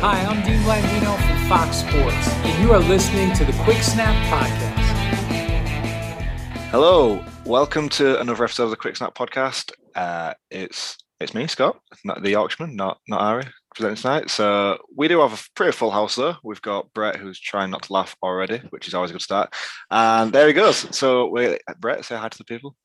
Hi, I'm Dean Blandino from Fox Sports, and you are listening to the Quick Snap Podcast. Hello, welcome to another episode of the Quick Snap Podcast. Uh, it's it's me, Scott, not the Yorkshireman, not not Ari, presenting tonight. So we do have a pretty full house though. We've got Brett, who's trying not to laugh already, which is always a good start. And there he goes. So we Brett, say hi to the people.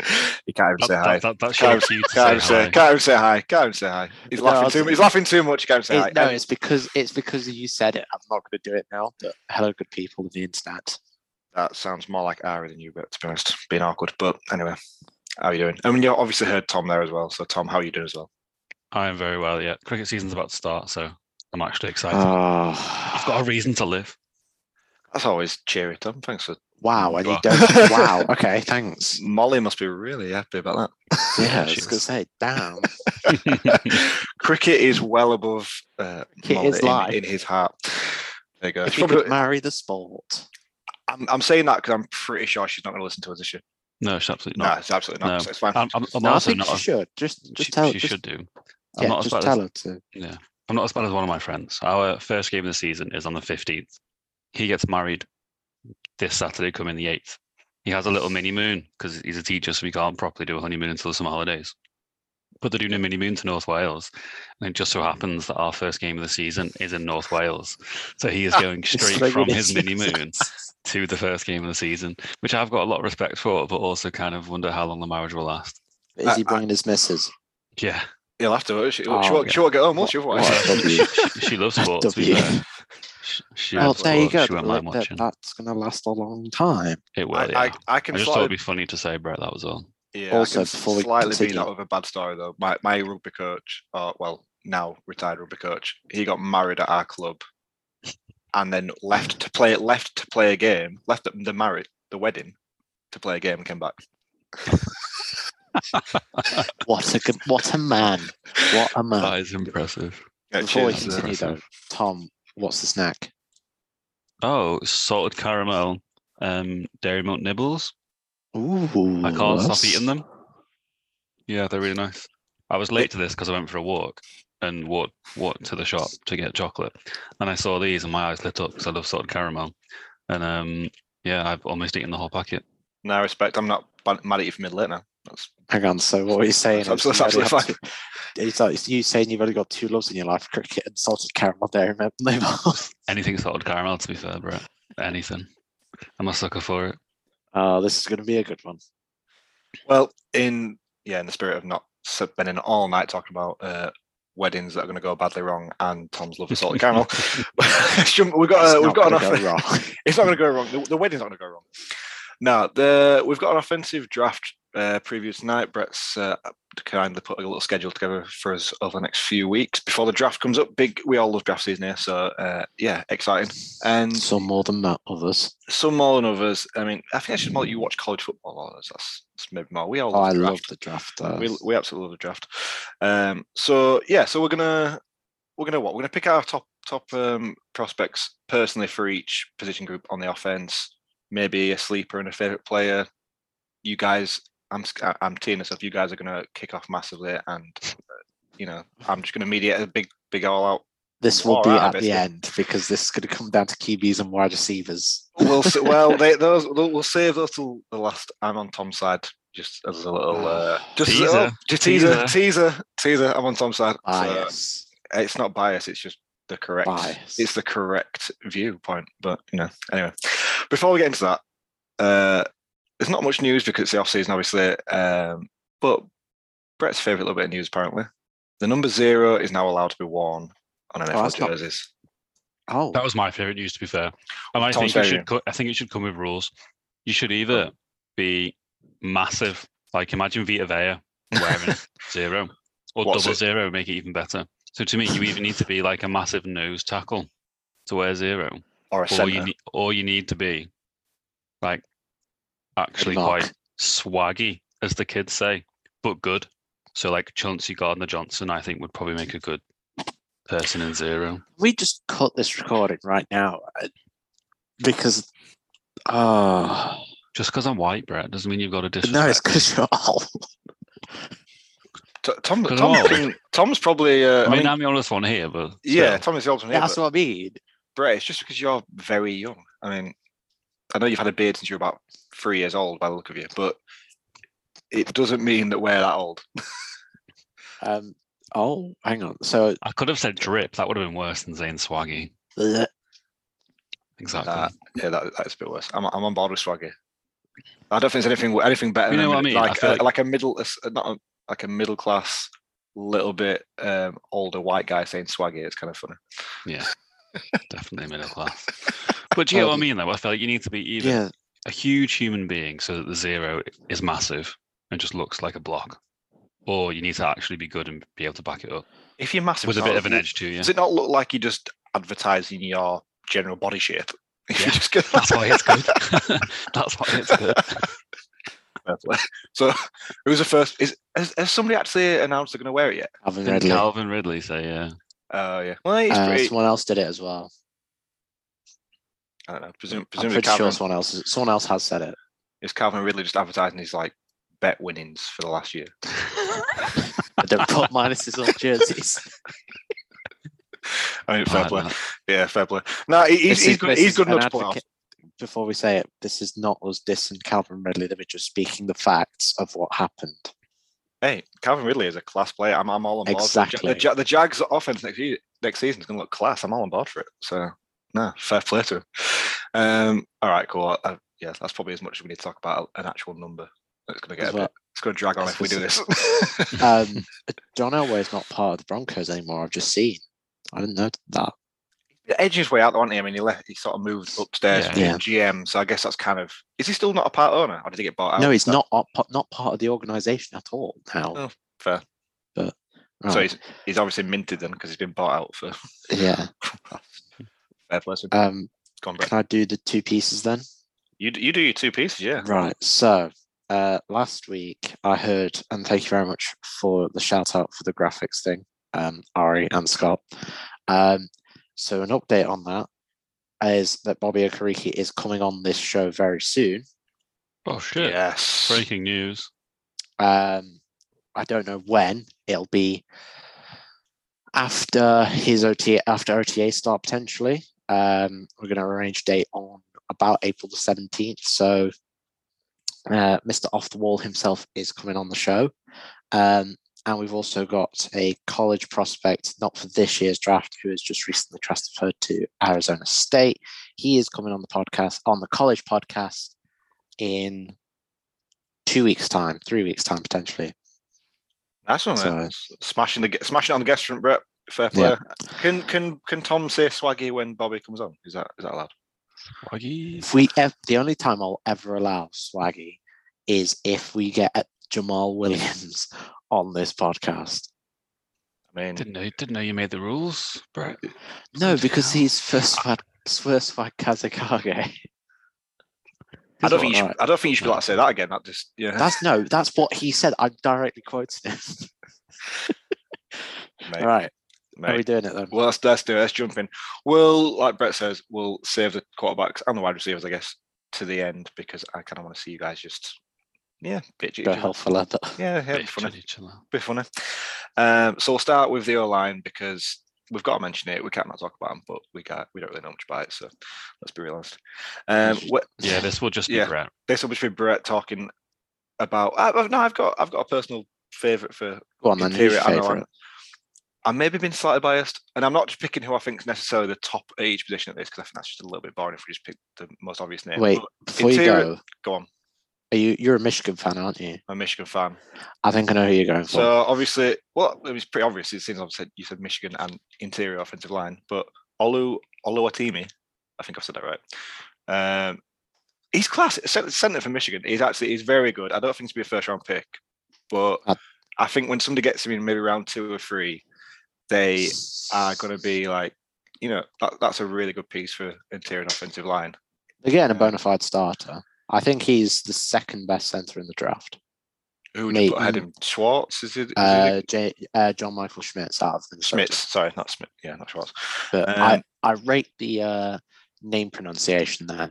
you can't even That, say hi. that, that, that's Can't your even- cue to can't even say say- hi. can't even say hi. Can't even say hi. He's No, laughing too. I'll say- much. He's laughing too much. You can't even say hi. It- no, And- it's because it's because you said it. I'm not going to do it now. But hello, good people of the internet. That sounds more like Ari than you, but to be honest, being awkward. But anyway, how are you doing? I mean, you obviously heard Tom there as well. So, Tom, how are you doing as well? I am very well. Yeah, cricket season's about to start, so I'm actually excited. Ah. I've Oh, got a reason to live. That's always cheery, Tom. Thanks for. wow! And you Wow. don't. wow. Okay. Thanks. Molly must be really happy about Yeah, I was Cheers. going to say. Damn. that. Cricket is well above uh, Cricket Molly is in- life. in, his heart. There you go. if She's you could probably- marry the sport, I'm, I'm saying that because I'm pretty sure she's not going to listen to us, is she? no, it's absolutely No, not. it's absolutely not. No. So it's fine. I'm, I'm, I'm no, I also think not. she a- should. Just, just she- tell. she just, should do. I'm Yeah, not as just bad tell as, her to. yeah, I'm not as bad as one of my friends. Our first game of the season is on the 15th. He gets married this Saturday, coming the 8th. He has a little mini moon because he's a teacher, so he can't properly do a honeymoon until the summer holidays. But they're doing a mini moon to North Wales, and it just so happens that our first game of the season is in North Wales. So he is going straight Ah, like from it his is. mini moon to the first game of the season, which I've got a lot of respect for, but also kind of wonder how long the marriage will last. Is I- he I- bringing his missus? Yeah, You'll have to. won't She, she, Oh, won't, yeah. she won't get home, will she? What Otherwise- a W. she, she loves sport. To be W. fair. She, she Well, loves Oh, there you sport. go. She won't like mind that- watching. that's going to last a long time. It will. I, yeah. I, I, I can just slightly thought it'd be funny to say, Brett. That was all. Yeah, also, Also, I can before we slightly continue- beat out of a bad story though. My my rugby coach, uh, well, now retired rugby coach, he got married at our club, and then left to play left to play a game, left the- the marriage, the wedding, to play a game and came back. What a good, what a man. What a man. That is impressive. Yeah, Before we cheers, uh, continue, though, Tom, what's the snack? Oh, salted caramel, um, dairy milk nibbles. Ooh, I can't stop that's- eating them. Yeah, they're really nice. I was late to this because I went for a walk and walked walked to the shop to get chocolate, and I saw these and my eyes lit up because I love salted caramel, and um, yeah, I've almost eaten the whole packet. no I respect. I'm not ban- mad at you for middle late now. That's Hang on. So what are you saying? That's is absolutely you've only had two- it's like- it's you saying you've only got two loves in your life: cricket and salted caramel dairy milk nibbles. Anything salted caramel, to be fair, Brett. Anything. I'm a sucker for it. Oh, this is going to be a good one. well in yeah in the spirit of not spending all night talking about. Uh, Weddings that are going to go badly wrong, and Tom's love of salted caramel. Shouldn't- we've It's got uh, we've not got gonna enough. go wrong. It's not going to go wrong. The, the wedding's not going to go wrong. No, the we've got an offensive draft uh, preview tonight. Brett's uh, kindly put a little schedule together for us over the next few weeks before the draft comes up. Big, we all love draft season here, so uh, yeah, exciting. And Some more than that, others. some more than others. I mean, I think I should more you watch college football. More than us. That's, that's maybe more. We all Oh, I the draft. love the draft. uh, We, we absolutely love the draft. Um, so yeah, so we're gonna we're gonna what? We're gonna pick our top top um, prospects personally for each position group on the offense. Maybe a sleeper and a favorite player. You guys, I'm sc- I- I'm teeing this up. You guys are gonna kick off massively, and uh, you know I'm just gonna mediate a big big all out. this will be alright, at basically. the end because this is going to come down to QBs and wide receivers. We'll s- well they, those we'll we'll save those till the last. I'm on Tom's side. Just as a little uh, just as a- Teaser, oh, just teaser, teaser. teaser, teaser. I'm on Tom's side. Ah, so- yes. it's not bias it's just the correct Bias. it's the correct viewpoint but you know anyway before we get into that uh there's not much news because it's the off season obviously um but brett's favorite little bit of news apparently the number zero is now allowed to be worn on nfl that's not- jerseys Oh, That was my favorite news, to be fair. And I Tom's think it favourite. should. Co- I think it should come with rules. You should either Oh. be massive, like imagine Vita Vea wearing zero, or What's double it? zero, make it even better. So to me, you either need to be like a massive nose tackle to wear zero, or a or center you need, or you need to be like actually knock. quite swaggy, as the kids say, but good. So like Chauncey Gardner Johnson, I think would probably make a good person in zero. we just cut this recording right now uh, because. Oh, Just because I'm white, Brett, doesn't mean you've got to disrespect. no, me. it's because you're all. T- tom, Good tom lord. can- tom's probably uh, I mean, I'm the honest one here, but still. yeah tom is the old one here, That's but what I mean. brett it's just because you're very young i mean i know you've had a beard since you were about three years old by the look of you but it doesn't mean that we're that old Um, oh, hang on. So, I could have said drip. That would have been worse than saying swaggy. bleh, Exactly. That, yeah, that, that's a bit worse. I'm, I'm on board with Swaggy. I don't think there's anything wo- anything better. You know than what I mean? I Like, feel a, like- like a middle, a s- not a, like a middle class, little bit um, older white guy saying Swaggy. It's kind of funny. Yeah, definitely middle class. But do you know what I Um, mean, though? I feel like you need to be either yeah, a huge human being so that the zero is massive and just looks like a block, or you need to actually be good and be able to back it up If you're massive, with a it's not- bit of an edge to you. does it not look like you're just advertising your general body shape? If you Yeah, just go- That's why it's good. That's why it's good. Fair play. So, who's the first? Is has, has somebody actually announced they're going to wear it yet? Calvin Didn't Ridley. Calvin Ridley say, yeah. Oh yeah. Well, it's Uh, pretty. someone else did it as well. I don't know. Presume, I'm presumably, pretty sure Calvin, someone else. Someone else has said it. is Calvin Ridley just advertising his like bet winnings for the last year? I don't put minuses on jerseys. I mean, I Oh, fair like play. that. Yeah, fair play. No, he- he's, This he's is- good. this He's is good an enough to pull off. advocate- Before we say it, this is not us dissing Calvin Ridley. They were just speaking the facts of what happened. Hey, Calvin Ridley is a class player. I'm, I'm all on board. for it. Ja- The, Exactly. Ja- the Jags' offense next year, next season is going to look class. I'm all on board for it. So, no, fair play to him. Um, all right, cool. I, yeah, that's probably as much as we need to talk about an actual number. It's going to get. As A bit, well. it's going to drag on if we do this. Um, John Elway is not part of the Broncos anymore. I've just seen. I didn't know that. Edging his way out, though, wasn't he? I mean, he left. He sort of moved upstairs Yeah. from Yeah. GM. So I guess that's kind of. Is he still not a part owner? Or did he get bought out? no, he's That- not a- pa- not part of the organisation at all now. Oh, fair. But So right, he's he's obviously minted then because he's been bought out for yeah. fair play. to him. Um, Go on, Brett. can I do the two pieces then? You d- you do your two pieces, yeah. Right. So uh, last week I heard, and thank you very much for the shout out for the graphics thing, um, Ari and Scott. Um, so an update on that is that Bobby Okereke is coming on this show very soon. Oh, shit. Yes. Breaking news. Um, I don't know when it'll be after his OTA after OTA start potentially. Um, we're going to arrange a date on about April the seventeenth. So, uh, Mr. Off the Wall himself is coming on the show, um, and we've also got a college prospect, not for this year's draft, who has just recently transferred to Arizona State. He is coming on the podcast on the college podcast in two weeks' time, three weeks' time potentially. Nice one, man. S- So- Smashing the gu- smashing it on the guest room, Brett. Fair play. Yeah. Can can can Tom say swaggy when Bobby comes on? Is that is that allowed? Swaggy. If we ev- the only time I'll ever allow swaggy is if we get Jamal Williams on this podcast. I mean, Didn't know, didn't know you made the rules, Brett. No, Bloody because hell. he's first fight, first fight Kazakage. I don't think you He's should, I don't think you should be allowed to say that again. That just yeah. That's no, that's what he said. I'm directly quoting him. mate, All right, mate. are we doing it then? Well, let's, let's do it. Let's jump in. We'll, like Brett says, we'll save the quarterbacks and the wide receivers, I guess, to the end because I kind of want to see you guys just, yeah, bitch. at each Go other. hell for leather. Yeah, yeah, it'd be Bitch funny. at each other. Be funny. Um, so we'll start with the O line because we've got to mention it. We can't not talk about them, but we can't. We don't really know much about it, so let's be real honest. Um, wh- Yeah, this will just be Yeah. Brett. this will just be Brett talking about. I, I've, no, I've got I've got a personal favorite for Go on then. Who's Interior your and O-line. favourite? I maybe been slightly biased, and I'm not just picking who I think is necessarily the top at each position at this because I think that's just a little bit boring if we just pick the most obvious name. Wait, But before you interior- go, go on. are you you're a Michigan fan, aren't you? I'm a Michigan fan, I think I know who you're going for. so obviously, well, it was pretty obvious. It seems obviously you said Michigan and interior offensive line, but Olu Oluwatimi, I think I've said that right. Um, he's class cen- centre for Michigan. He's actually he's very good. I don't think he's be a first round pick, but Uh, I think when somebody gets him in maybe round two or three, they are going to be like, you know, that, that's a really good piece for interior and offensive line. Again, a Yeah. bona fide starter. I think he's the second best centre in the draft. Who would you Mate, put ahead mm. him? Schwartz? Is it, is it Uh, J, uh, John Michael Schmitz out of Minnesota. Smith? Sorry, not Smith. Yeah, not Schwartz. But Um, I, I rate the uh, name pronunciation there.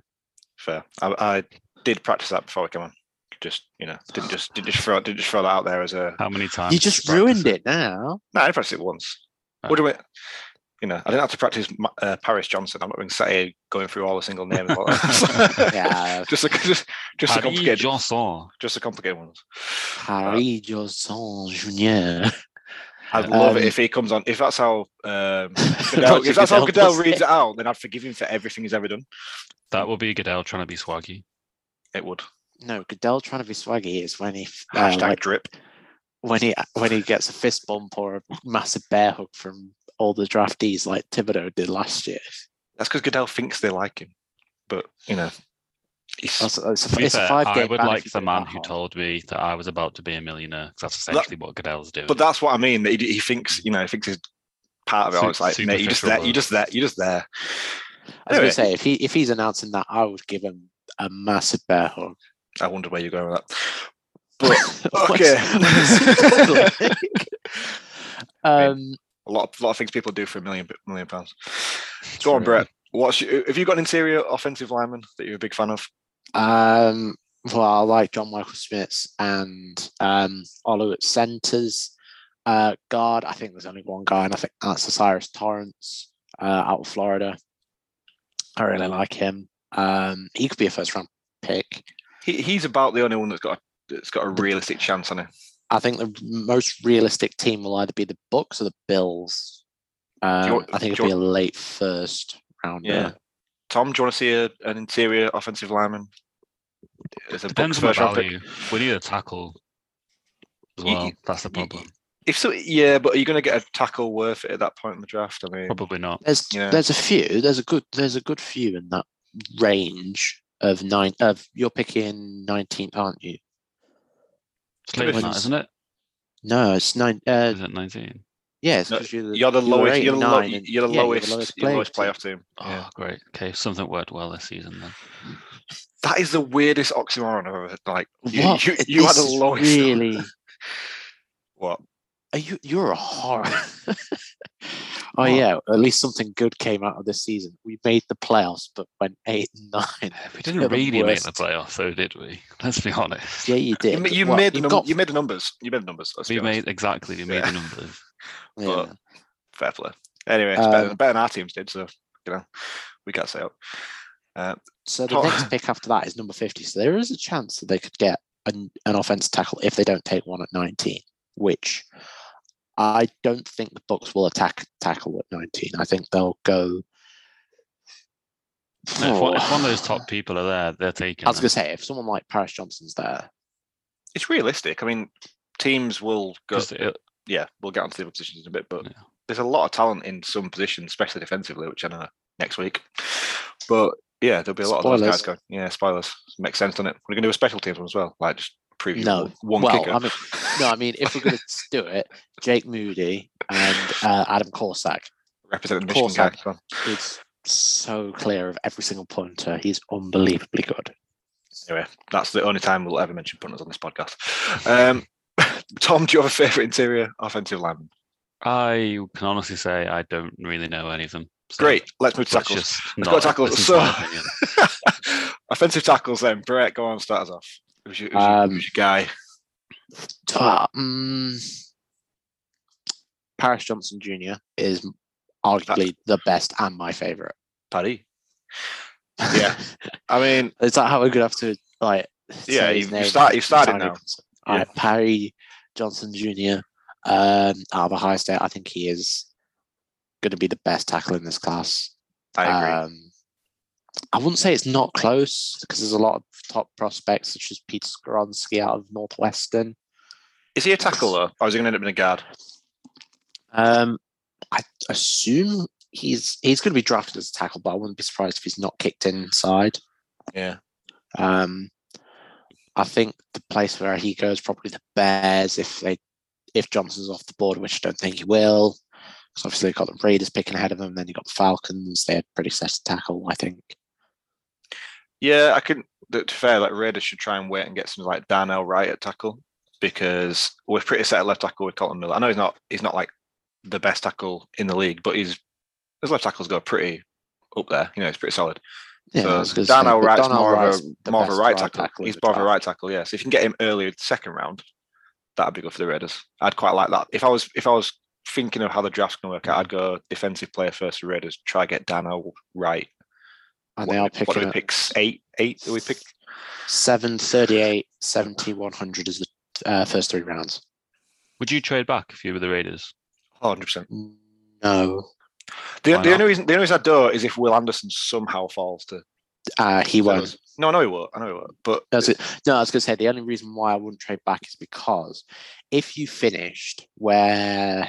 Fair. I, I did practice that before we came on. Just you know, didn't just didn't just throw didn't just throw that out there as a. How many times? You did just practice ruined it now. No, I practiced it once. Oh. What do we? You know, I didn't have to practice Ma- uh, Paris Johnson. I'm not going to sit here going through all the single names. of all- Yeah. just a just just a Harry complicated Johnson. just a complicated ones. Uh, Harry Johnson Jr. I'd love it Um, if he comes on. If that's how um, Goodell, Roger if that's how Goodell does reads it. it out, then I'd forgive him for everything he's ever done. That will be Goodell trying to be swaggy. It would No, Goodell trying to be swaggy is when he f- uh, hashtag like, drip. when he when he gets a fist bump or a massive bear hug from all the draftees like Thibodeau did last year. That's because Goodell thinks they like him, but you know, he's, That's- it's a, To be it's a fair, five-game I would ban if like you the do it man that who hard. told me that I was about to be a millionaire. 'cause that's essentially what Goodell's doing. But that's what I mean. That he, he thinks, you know, he thinks he's part of it. Su- all. It's like, mate, you just superficial there, you work. just there, you just there. I was Anyway. gonna say if he if he's announcing that, I would give him a massive bear hug. I wonder where you're going with that. What's- Okay. what's he doing? um, A lot, of, lot of things people do for a million, million pounds. Go on, Brett. What's your, have you got an interior offensive lineman that you're a big fan of? um, well, I like John Michael Smiths and um, Olu at centers. Uh, guard, I think there's only one guy, and I think that's Osiris Torrance uh, out of Florida. I really like him. Um, he could be a first round pick. He, he's about the only one that's got a, that's got a realistic chance on it. I think the most realistic team will either be the Bucks or the Bills. Um, want- I think do it'll you be a late first rounder. Yeah. Tom, do you want to see a, an interior offensive lineman? As a Depends Bucks on first round the pick? value. We need a tackle as You- well. That's the you- you- problem. If so, yeah, but are you going to get a tackle worth it at that point in the draft? I mean, Probably not. There's Yeah. there's a few. There's a good there's a good few in that range of nine of you're picking nineteenth, aren't you? It's later than that, When's- isn't it? No, it's nine uh Is it 19? yeah, it's Mm-hmm. No, 'cause you're the, You're the you were lowest. eight You're and the, low, nine you're, and- the yeah, you're lowest. You're the lowest player. playoff team. Oh, Yeah. great. Okay, something worked well this season then. That is the weirdest oxymoron I've ever. Like you, What? you, you are This the is lowest. Really? What? Are you you're a horror. oh What? yeah, at least something good came out of this season. We made the playoffs, but went eight and nine. We You're didn't the really make the worst. playoffs, though, did we? Let's be honest. Yeah, you You, did. ma- you Well, made the you've num- got- you made the numbers. You made the numbers. Let's We be honest. made exactly. We made Yeah. the numbers. yeah. fair play. Anyway, it's better, Um, better than our teams did. So you know, we can't say it. So the Tot- next pick after that is number 50. So there is a chance that they could get an, an offense tackle if they don't take one at 19, which I don't think the Bucks will attack tackle at 19. I think they'll go. No, if, one, if one of those top people are there, they're taking. I was them. going to say, if someone like Paris Johnson's there, It's realistic. I mean, teams will go. 'Cause it- Yeah, we'll get onto the other positions in a bit, but Yeah. there's a lot of talent in some positions, especially defensively, which I know next week. But Yeah, there'll be a lot of those guys Spoilers. going. Yeah, spoilers. Makes sense, doesn't it? We're gonna do a special teams one as well. Like just preview No. one- one Well, kicker. I mean- No, I mean, if we're going to do it, Jake Moody and uh, Adam Corsack representing of Michigan course guy. I'm- come on. is so clear of every single punter. He's unbelievably good. Anyway, that's the only time we'll ever mention punters on this podcast. Um, Tom, do you have a favourite interior offensive lineman? I can honestly say I don't really know any of them. so Great. Let's move to let's tackles. just Let's not- go tackles. listen to my So- opinion. offensive tackles then. Brett, go on, start us off. Who's your, who's your- Um, who's your guy? Ta- mm, Paris Johnson Jr. is m- arguably the best and my favorite. Paddy. Yeah. I mean, is that how we're going to have to like? say Yeah, his you've- you've name? start- you've started Sorry, now. All Yeah. right, Parry Johnson Jr. Um, out of Ohio State, I think he is going to be the best tackle in this class. I agree. Um, I wouldn't say it's not close because there's a lot of top prospects such as Peter Skoronsky out of Northwestern. is he a tackle though, or is he going to end up in a guard? Um, I assume he's he's going to be drafted as a tackle, but I wouldn't be surprised if he's not kicked inside. Yeah. Um, I think the place where he goes probably the Bears if they if Johnson's off the board, which I don't think he will. 'Cause obviously they've got the Raiders picking ahead of them, then you've got the Falcons. They're pretty set to tackle, I think. Yeah, I can. To be fair, like Raiders should try and wait and get something like Darnell Wright at tackle because we're pretty set at left tackle with Colton Miller. I know he's not he's not like the best tackle in the league, but he's his left tackles go pretty up there. You know, it's pretty solid. I Yeah, was so gonna say, Darnell but Wright's Darnell more Wright's of a the more of a best right tackle. in he's the more of a draft. right tackle, yeah. So if you can get him earlier second round, that'd be good for the Raiders. I'd quite like that. If I was if I was thinking of how the draft's gonna work out, I'd go defensive player first for Raiders, try get Darnell Wright. And what, they do are we- what do picking we up pick? Eight eight do we pick? 738, 70, 100 is the uh, first three rounds. Would you trade back if you were the Raiders? 100 percent No, The, Why the not? only reason the only reason I do is if Will Anderson somehow falls to uh, he won't. Steelers. No, I know he won't. I know he won't. But I was, no, I was going to say the only reason why I wouldn't trade back is because if you finished where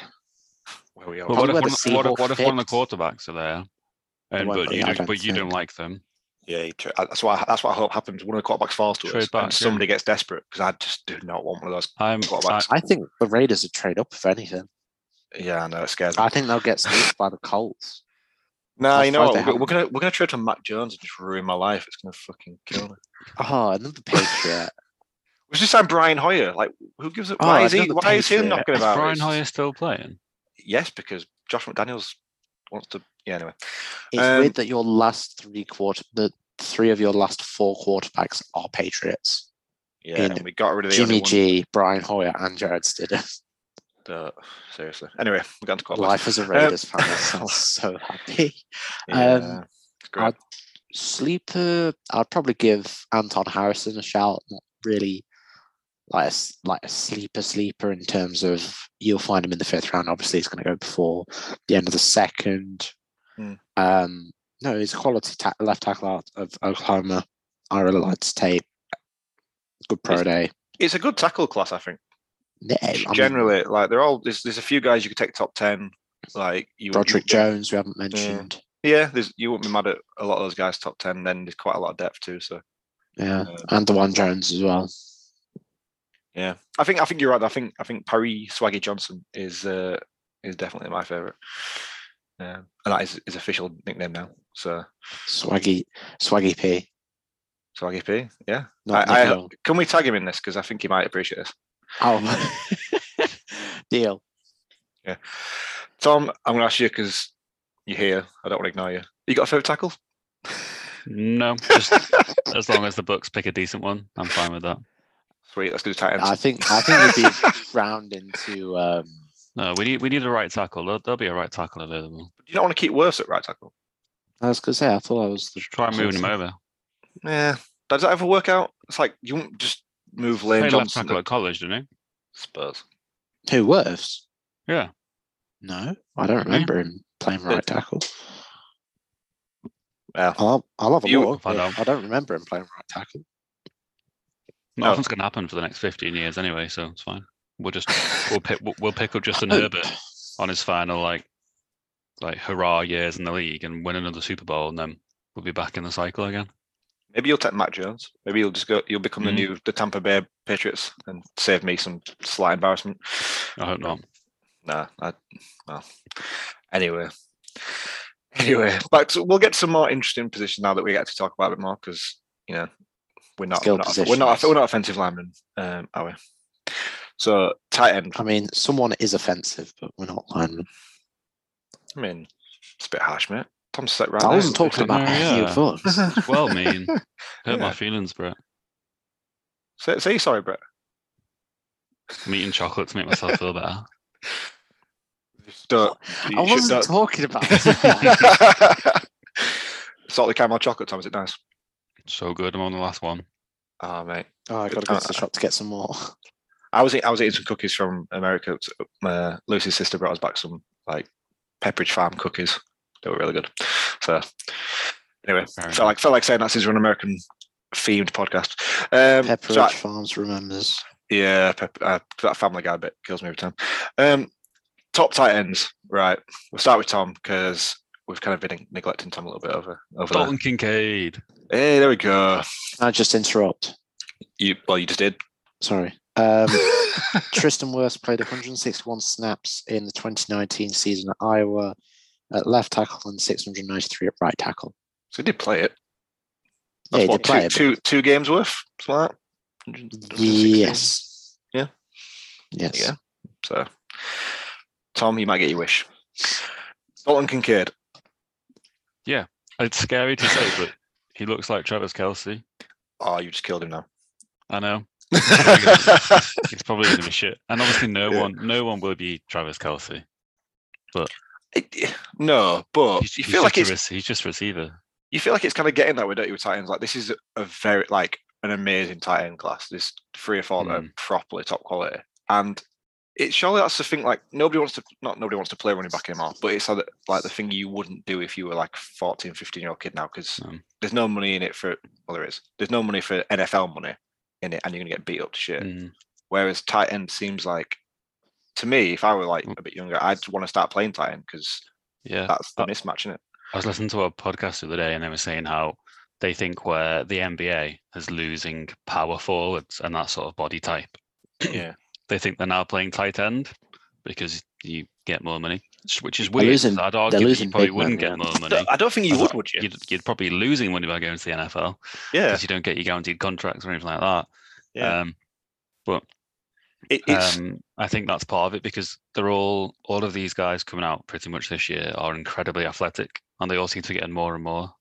where we are, But Tell what me if, where one, the what, if, Seahawks what if one of the fit. quarterbacks are there? They And, won't but be, you, I don't, don't but you don't think. like them. yeah, you tra- that's why that's what I hope happens. One of the quarterbacks falls to Trade us, back, yeah. and somebody gets desperate because I just do not want one of those. I'm, I, Quarterbacks. I think the Raiders would trade up if anything. Yeah, I know it scares me. I think they'll get sneaked by the Colts. Nah, I'm you know surprised what? We're, go- they we're gonna we're gonna trade to Matt Jones and just ruin my life. It's gonna fucking kill me. Oh, another Patriot. We just signed Brian Hoyer. Like, who gives a Oh, why is he another why is he Patriot. knocking is about? Brian It's- Hoyer still playing? Yes, because Josh McDaniels wants to. Yeah, anyway. It's Um, weird that your last three quarter, the three of your last four quarterbacks are Patriots. Yeah, And and we got rid of the only Jimmy one- G, Brian Hoyer, and Jared Stidham. Uh, seriously. Anyway, we got to quarterbacks. Life as a Raiders Um, fan, that sounds so happy. Um, Yeah, it's great. I'd- Sleeper, I'd probably give Anton Harrison a shout. Not really like a, s- like a sleeper sleeper in terms of you'll find him in the fifth round. Obviously, he's going to go before the end of the second. Hmm. Um, no, he's a quality ta- left tackle out of Oklahoma. I really like his tape. Good pro Is- day. It's a good tackle class, I think. Yeah, I mean, Generally, like they're all there's, there's a few guys you could take top ten. Like you, you Roderick wouldn't be- Jones, we haven't mentioned. Yeah, there's you wouldn't be mad at a lot of those guys top ten. Then there's quite a lot of depth too. So Yeah, Uh, and the one Jones as well. yeah, I think I think you're right. I think I think Paris Swaggy Johnson is uh, is definitely my favorite. Yeah, and that is his official nickname now. So Swaggy, Swaggy P. Swaggy P. Yeah, Not I- I- Nick Young. can we tag him in this because I think he might appreciate this. Oh, deal. Tom, I'm gonna ask you because you're here. I don't want to ignore you. You got a favorite tackle? No, just as long as the Bucks pick a decent one, I'm fine with that. Sweet, let's do tight ends. I think I think it'd be round into um, No, we need we need a right tackle. There'll, there'll be a right tackle available. you don't want to keep worse at right tackle. I was gonna say I thought I was the Just try moving him over. Yeah. Does that ever work out? It's like you won't just move Lane Played left Johnson. tackle to at college, didn't Spurs. Who Worths? he? Yeah. No, I don't Yeah. remember him playing right tackle. Well, I'll, I'll have a You- look. I but don't. I don't remember him playing right tackle. No. Nothing's going to happen for the next 15 years anyway, so it's fine. We'll just we'll pick we'll- we'll pick up Justin Herbert on his final like like hurrah years in the league and win another Super Bowl, and then we'll be back in the cycle again. Maybe you'll take Matt Jones. Maybe you'll just go. You'll become Hmm. the Mm. new the Tampa Bay Patriots and save me some slight embarrassment. I hope not. Nah, I, well, anyway, anyway, back to, we'll get to some more interesting positions now that we get to talk about it more because you know we're not Skill we're not, we're not positions. we're not offensive linemen, um, are we? So tight end. I mean, someone is offensive, but we're not linemen. I mean, it's a bit harsh, mate. Tom set right. I there. wasn't talking about there, any yeah. of us. Well, mean, hurt Yeah. my feelings, Brett. Say, say you're sorry, Brett. I'm eating chocolate to make myself feel better. Don't- I you should wasn't not- talking about Salt the caramel chocolate, Tom. Is it nice? So good. I'm on the last one. Oh, mate. Oh, I got to go to Uh, the shop to get some more. I was eat- I was eating some cookies from America. It's, Uh, Lucy's sister brought us back some like Pepperidge Farm cookies. They were really good. So anyway, Fair felt enough. like felt like saying that's his an American themed podcast. Um, Pepperidge so I- Farms remembers. yeah, pep- uh, that Family Guy bit kills me every time. Um, top tight ends, right? We'll start with Tom because we've kind of been neglecting Tom a little bit over over there. Dalton Kincaid. Hey, there we go. Can I just interrupt? You well, you just did. Sorry. Um, Tristan Wirth played 161 snaps in the 2019 season at Iowa at left tackle and 693 at right tackle. So he did play it. Yeah, That's he what did play two, it, two, two games worth, smart. but- Yes. Yeah. Yes. Yeah. So, Tom, you might get your wish. Dalton Kincaid. It's scary to say, but he looks like Travis Kelsey. Oh, you just killed him now. I know. it's probably going to be shit. And obviously, no Yeah. one, no one will be Travis Kelsey. It- no, but He's, you he's feel like just it's a rec- he's just a receiver. you feel like it's kind of getting that way, don't you? With tight ends, like this is a very like an amazing tight end class. This three or four that Mm. are properly top quality, and it surely that's the thing. Like nobody wants to not nobody wants to play running back anymore, but it's like the, like the thing you wouldn't do if you were like 14, 15 year old kid now because Um, there's no money in it for well there is there's no money for NFL money in it, and you're gonna get beat up to shit. mm. Whereas tight end seems like, to me, if I were like Mm. a bit younger, I'd want to start playing tight end because Yeah. that's the Uh, mismatch in it. I was listening to a podcast the other day, and they were saying how they think where the NBA is losing power forwards and that sort of body type. Yeah. They think they're now playing tight end because you get more money, s- which is They're weird. 'cause losing- I'd they're argue that losing you probably big wouldn't money, get man. more money. I don't think you I would, thought would you? You'd, you'd probably be losing money by going to the NFL yeah, because you don't get your guaranteed contracts or anything like that. Yeah. Um, but it, it's um, I think that's part of it because they're all all of these guys coming out pretty much this year are incredibly athletic, and they all seem to be getting more and more.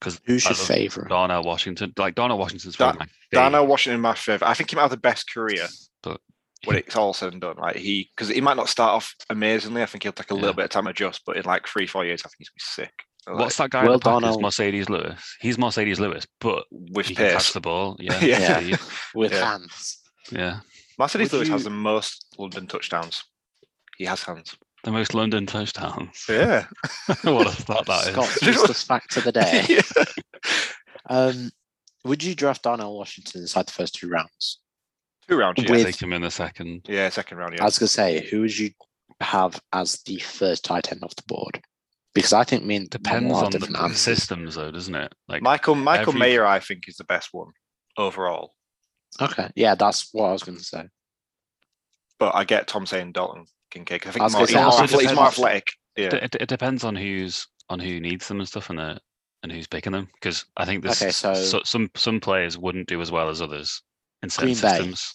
Because Who's your favourite? Darnell Washington, like Darnell Washington's Da- probably my Darnell favourite, Washington, my favorite. I think he might have the best career but when it's all said and done. Like he, because he might not start off amazingly. I think he'll take a Yeah. little bit of time to adjust, but in like three, four years, I think he's gonna be sick. So, what's like, that guy? at Well, the Packers? Darnell- Mercedes Lewis. He's Mercedes Lewis, but with he can catch pace? the ball. Yeah, Yeah. Yeah. speed, With Yeah. hands. yeah. Mercedes Would Lewis has you- the most London touchdowns. He has hands. The most London touchdowns. Yeah. what a thought that is. Scott's useless fact of the day. Um, would you draft Darnell Washington inside the first two rounds? Two rounds. Yeah. Yeah, With- take him in the second. yeah, second round. I Yeah. was going to say, who would you have as the first tight end off the board? Because I think me and Tom Depends will have on different the answers. systems, though, doesn't it? Like Michael Michael every- Mayer, I think, is the best one overall. Okay, yeah, that's what I was going to say. But I get Tom saying Dalton Kincaid. 'cause I I think was more, gonna he's, say, more also athletic, he's more depends- athletic. D- Yeah. it, it depends on who's on who needs them and stuff and uh, and who's picking them because I think there's Okay, s- so- so- some some players wouldn't do as well as others in certain Green Bay. systems.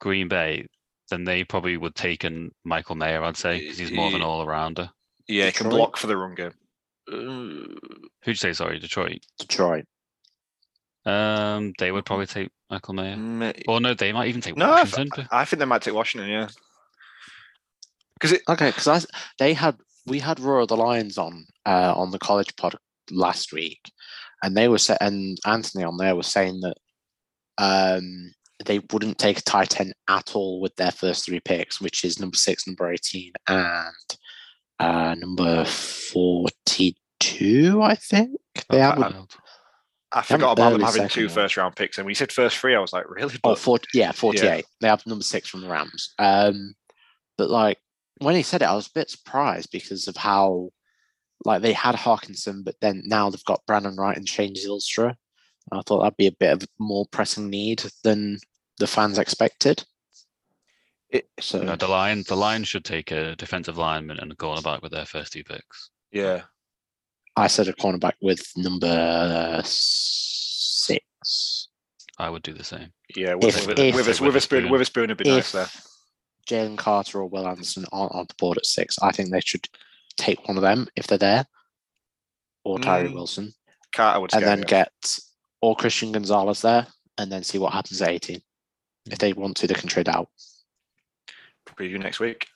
Green Bay, then they probably would take in Michael Mayer, I'd say, because he's more of an Yeah. all rounder. Yeah, he can Detroit? block for the run game. Who'd you say? Sorry, Detroit. Detroit. Um, they would probably take Michael Mm. Mayer. Ma- Or no, they might even take No, I, Washington. th- Mm, I think they might take Washington. Yeah, because it. Okay, because I s- they had we had Roar of the Lions on uh, on the college pod last week, and they were sa- and Anthony on there was saying that um, they wouldn't take a tight end at all with their first three picks, which is number six, number eighteen, and uh, number forty-two. I think they That's had with wild. I forgot about barely them having second two one. first round picks, and when you said first three, I was like, really? Oh, But 40, yeah, 48. They have number six from the Rams. Um, but like when he said it, I was a bit surprised because of how like they had Harkinson, but then now they've got Brandon Wright and Shane Zylstra. I thought that'd be a bit of a more pressing need than the fans expected. It- so No, the line the line should take a defensive lineman and a cornerback with their first two picks. Yeah. I said a cornerback with number six. I would do the same. Yeah. With, If- with, if- with, Witherspoon, Witherspoon. Witherspoon would be nice there. If Jalen Carter or Will Anderson aren't on the board at six, I think they should take one of them if they're there, or Tyree Mm. Wilson, Carter would and scare then me. get or Christian Gonzalez there, and then see what happens at eighteen. If they want to, they can trade out. preview next week.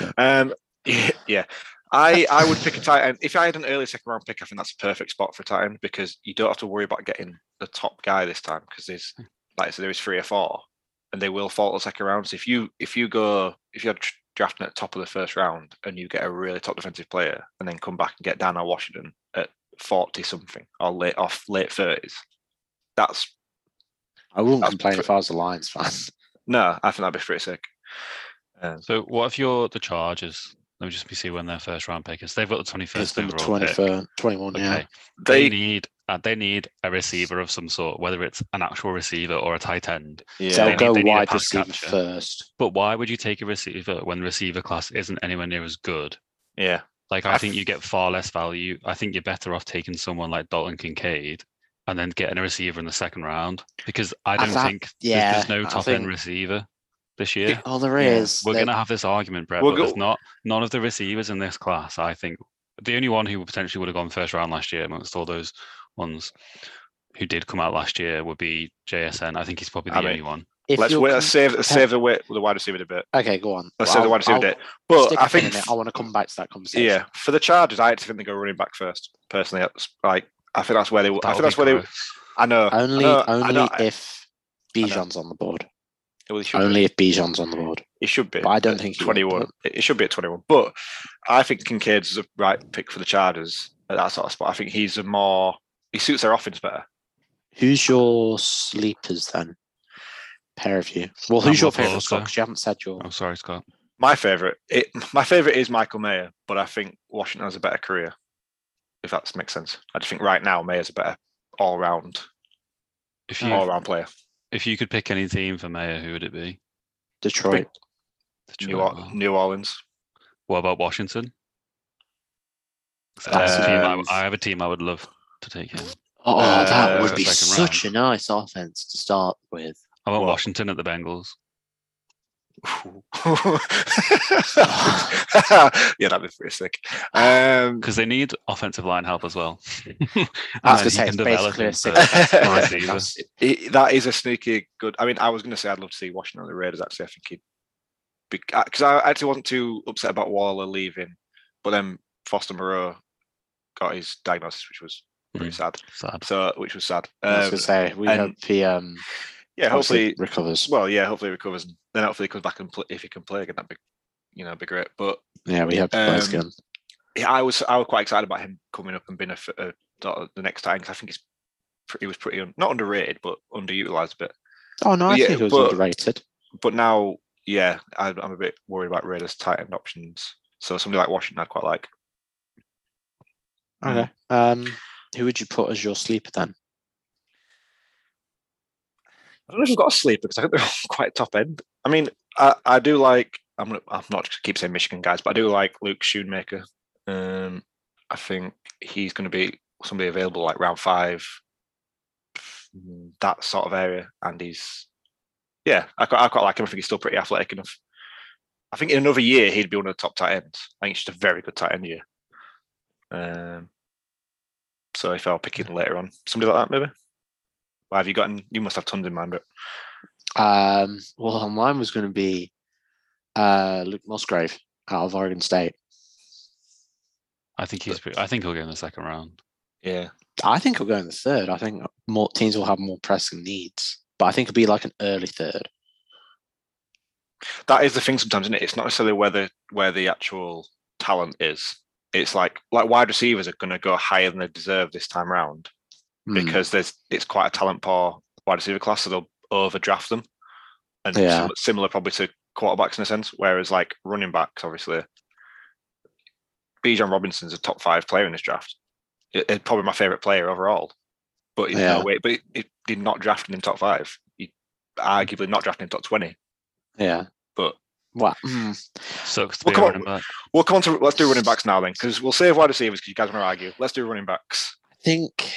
Yeah. Um, yeah, I I would pick a tight end if I had an early second round pick. I think that's a perfect spot for a tight end because you don't have to worry about getting the top guy this time because there's like I said, there is three or four, and they will fall to the second round. So if you if you go if you're tr- drafting at top of the first round and you get a really top defensive player and then come back and get Dan or Washington at forty something or late off late thirties, that's I wouldn't That's complain pre- if I was a Lions fan. no, I think that'd be pretty sick. Um, So what if you're the Chargers? Let me just see when their first round pick is. They've got the twenty It's first number overall pick. 21, 21 Okay. yeah. They, they need uh, they need a receiver of some sort, whether it's an actual receiver or a tight end. They'll need- yeah. go they need a wide pass receiver catcher. first. But why would you take a receiver when the receiver class isn't anywhere near as good? yeah. Like I I f- think you get far less value. I think you're better off taking someone like Dalton Kincaid and then getting a receiver in the second round because I I don't thought- think there- yeah, there's no I top end think- receiver this year. Oh, there Yeah, is. We're They- gonna have this argument, Brett, We'll but there's go- not none of the receivers in this class. I think the only one who potentially would have gone first round last year amongst all those ones who did come out last year would be JSN. I think he's probably the I mean, only one. if Let's you're wait, com- let's save let's Pep- save the wi- the wide receiver a bit. Okay, go on. Let's save the I'll- wide receiver I'll a bit. But stick I a pin in think it. I want to come back to that conversation. yeah, for the Chargers, I actually think they go running back first. Personally, that's like I think that's where they. will- I That'll think that's be where they. gross. I know. I Only, know- I only know- if Bijan's on the board. well, it should be- Only if Bijan's on the board. it should be. But I don't at think he will, twenty-one. but- It it should be at twenty-one. But I think Kincaid's the right pick for the Chargers at that sort of spot. I think he's a more he suits their offense better. Who's your sleepers then? Pair of you. Well, Manuel who's your favorite? Forster. Because you haven't said your. I'm Oh, sorry, Scott. My favorite, it my favorite is Michael Mayer, but I think Washington has a better career. If that makes sense, I just think right now Mayer's a better all-round, If you all-round player. if you could pick any team for mayor, who would it be? Detroit. New, Or- New Orleans. What about Washington? 'Cause That's a team I, Um, w- I have a team I would love to take him. Oh, that Uh, would be second such a nice offense to start with. I want what? Washington at the Bengals. yeah, that'd be pretty sick. Um, Because they need offensive line help as well. And then I was gonna he say, can it's develop basically a into six- a receiver. That's- it- that is a sneaky good. I mean, I was going to say I'd love to see Washington on the Raiders. Actually, I think he'd because I actually wasn't too upset about Waller leaving, but then Foster Moreau got his diagnosis, which was pretty Mm. sad. Sad. So, which was sad. I was Um, gonna say we and- hope he um yeah, obviously hopefully, recovers. well, yeah, hopefully he recovers. And then hopefully he comes back and play, if he can play again, that'd be, you know, be great. But Yeah, we hope he plays um, again. yeah, I was I was quite excited about him coming up and being a, f- a sort of the next time because I think it's pr- he was pretty un, not underrated but underutilized a bit. Oh no, I yeah, think it was but- underrated. But now, yeah, I, I'm a bit worried about Raiders tight end options. So somebody like Washington, I'd quite like. Okay. Um, who would you put as your sleeper then? I don't know if we've got a sleeper because I think they're all quite top end. I mean, I, I do like. I'm gonna, I'm not just keep saying Michigan guys, but I do like Luke Schoonmaker. Um, I think he's going to be somebody available like round five, mm, that sort of area, and he's yeah, I quite, I quite like him. I think he's still pretty athletic enough. I think in another year he'd be one of the top tight ends. I think it's just a very good tight end year. Um, so if I'll pick him later on, somebody like that maybe. Why have you gotten? You must have tons in mind, but Um, well, mine was going to be uh, Luke Musgrave out of Oregon State. I think he's. Pretty, I think he'll go in the second round. yeah, I think he'll go in the third. I think more teams will have more pressing needs, but I think it'll be like an early third. that is the thing. Sometimes, isn't it? It's not necessarily where the where the actual talent is. It's like like wide receivers are going to go higher than they deserve this time round Hmm. because there's it's quite a talent poor wide receiver class, so they'll overdraft them. And Yeah. sim- similar probably to quarterbacks in a sense, whereas like running backs, obviously, Bijan Robinson's a top five player in this draft. It, it's probably my favorite player overall. But he's Yeah. no way. But he did not draft him in top five. He arguably not drafted in top twenty. Yeah. But- Well, mm, Sucks to Well, be a come on. running back. We'll come on to let's do running backs now then, because we'll save wide receivers because you guys want to argue. Let's do running backs. I think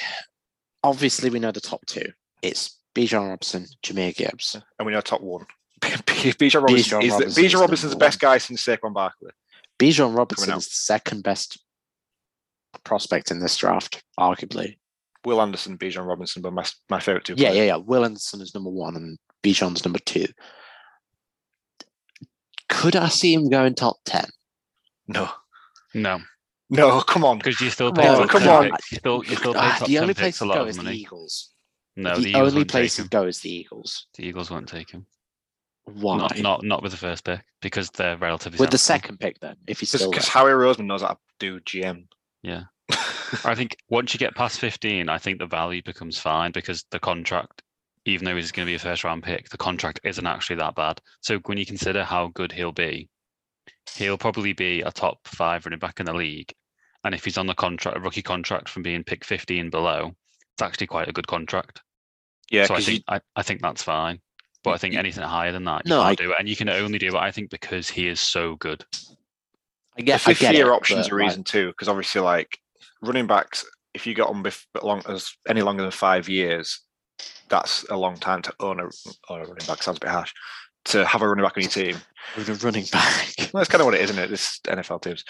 obviously we know the top two. It's Bijan Robinson, Jameer Gibbs. And we know top one. Bijan Robinson Bijan is the, Robinson is Bijan Robinson's the number best guy since Saquon Barkley. Bijan Robinson out. is the second best prospect in this draft, arguably. Will Anderson, Bijan Robinson, but my my favorite two. Yeah, players. yeah, yeah. Will Anderson is number one and Bijan's number two. Could I see him going top ten? No, No, no, come on. because you still Come pay on, top come 10 on. picks. You still, you still pay Ah, top the 10 only picks place a to lot go of is the money. Eagles. no, the, the, Eagles only won't take place to him. go is the Eagles. The Eagles won't take him. Why? Not, not not with the first pick because they're relatively. With the sensible. second pick, then, if he's still Because there. Harry Roseman knows how to do GM. Yeah. I think once you get past fifteen, I think the value becomes fine because the contract, even though he's going to be a first round pick, the contract isn't actually that bad. So when you consider how good he'll be, he'll probably be a top five running back in the league. And if he's on the contract, a rookie contract from being pick fifteen below, it's actually quite a good contract. yeah, so I 'cause think you- I, I think that's fine. But I think anything higher than that, you No, can't I- do it, and you can only do it. I think because he is so good. I the get, I fifth get year it, options but, a like, reason too, because obviously, like running backs, if you get on bef- long as any longer than five years, that's a long time to own a, own a running back. Sounds a bit harsh. To have a running back on your team, with a running back. well, that's kind of what it is, isn't it? This NFL teams.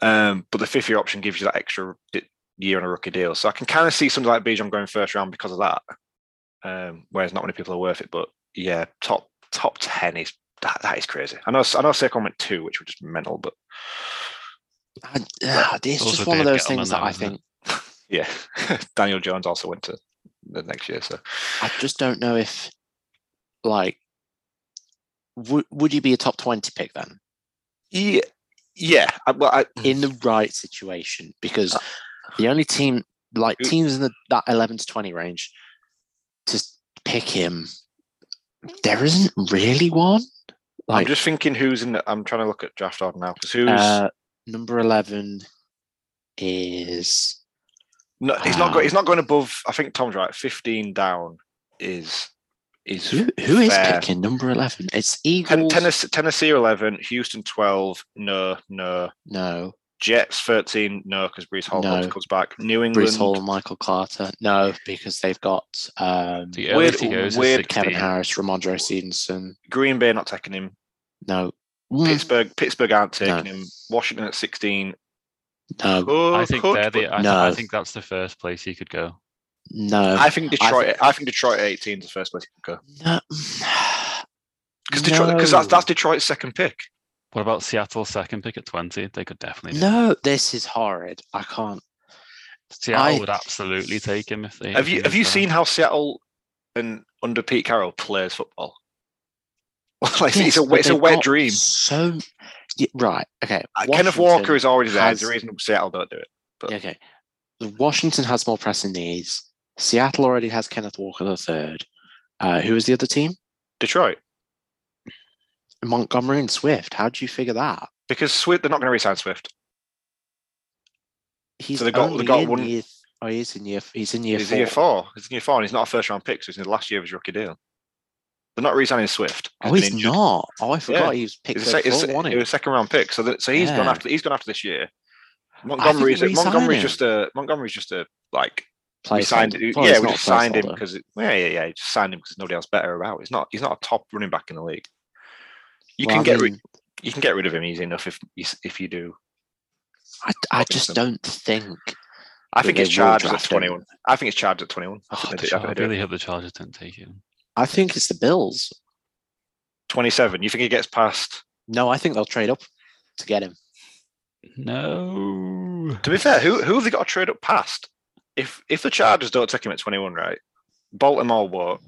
Um, but the fifth year option gives you that extra di- year on a rookie deal, so I can kind of see something like Bijan going first round because of that. Um, whereas not many people are worth it, but yeah, top top ten is that, that is crazy. I know I know Saquon went two, which was just mental, but I, ah, it's Also just one of Dave those Gettleman things that though, I isn't it? think yeah, Daniel Jones also went to the next year. So I just don't know if, like, would would you be a top twenty pick then yeah, yeah. I, well, I, in the right situation? Because Uh, the only team, like Who- teams in the, that eleven to twenty range, to pick him, there isn't really one. I'm Like just thinking who's in. The, I'm trying to look at draft order now because who's uh, number eleven is no, he's not go, ah. he's not going above. I think Tom's right. Fifteen down is is who, who is fair. picking number eleven? It's Ten, Eagles. Tennessee, Tennessee are eleven, Houston twelve. No, no. No, Jets thirteen. No, because Brees Hall No. comes back. New England. Bruce Hall and Michael Carter. No, because they've got um, The earliest he Weird- goes weird is Kevin 16. Harris, Ramondre Stevenson. Green Bay not taking him. No, Mm, Pittsburgh. Pittsburgh aren't taking No. him. Washington at sixteen. no, I Oh, think could, they're but- the. I, th- I No. think that's the first place he could go. no, I think Detroit. I think, Detroit at 18 is the first place you can go no. because Detroit because that's No. that's Detroit's second pick. What about Seattle's second pick at twenty? They could definitely. do it. No, this is horrid. I can't. Seattle I- would absolutely take him if they. Have if he you was have you there. seen how Seattle and under Pete Carroll plays football? like it's Yes, a but it's a they've wet got dream. So yeah, right, okay. Uh, Kenneth Washington- Walker is already there. There's a has- reason Seattle don't do it. yeah, okay. The Washington has more pressing needs. Seattle already has Kenneth Walker the third. Uh, who is the other team? Detroit Montgomery and Swift. How do you figure that? because Swift they're not going to resign Swift. He's they've got- they've only got in one- Year, oh, he's in year. He's in year He's four. in year four. He's in year four, and he's not a first round pick, so he's in the last year of his rookie deal. They're not resigning Swift. Oh, been he's injured. not. Oh, I forgot Yeah. he was picked It's a, sec- it's, before, it wasn't was he? a second round pick. So that, so he's gone Yeah. after he's gone after this year. Montgomery's resign Montgomery's him. just a Montgomery's just a like we Placeholder. signed Well, yeah he's we not just signed him placeholder. because yeah yeah yeah just signed him because nobody else better about. He's not he's not a top running back in the league. You Well, can I get rid mean, you can get rid of him easy enough if you, s- if you do. I, I just don't think. I that think they it's will charged at draft him. twenty one. I think it's charged at twenty one. I Oh, think the they do- I Char- I think they do. really hope the Chargers don't take him. I think it's the Bills. Twenty seven. You think he gets past? No, I think they'll trade up to get him. No. To be fair, who who have they got to trade up past? If if the Chargers don't take him at twenty one, right? Baltimore what?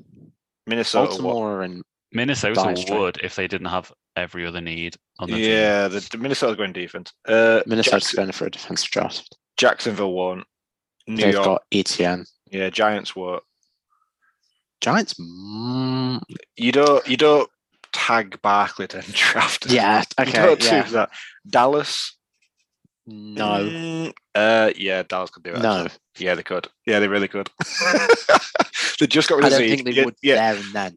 Minnesota what? Baltimore and Minnesota Dire straight. would if they didn't have every other need on their team. Yeah, the, the Minnesota's going defense. Uh, Minnesota's Jackson- going for a defensive draft. Jacksonville won. New They've York, got ETN. yeah, Giants won. Giants. Mm, You don't, you don't tag Barkley then draft. yeah. you Okay. don't Yeah. do that. Dallas, No, Mm, uh, yeah, Dallas could do it. no. actually. Yeah, they could. Yeah, they really could. they just got rid I of don't Zeke. think they yeah, would yeah, there and then.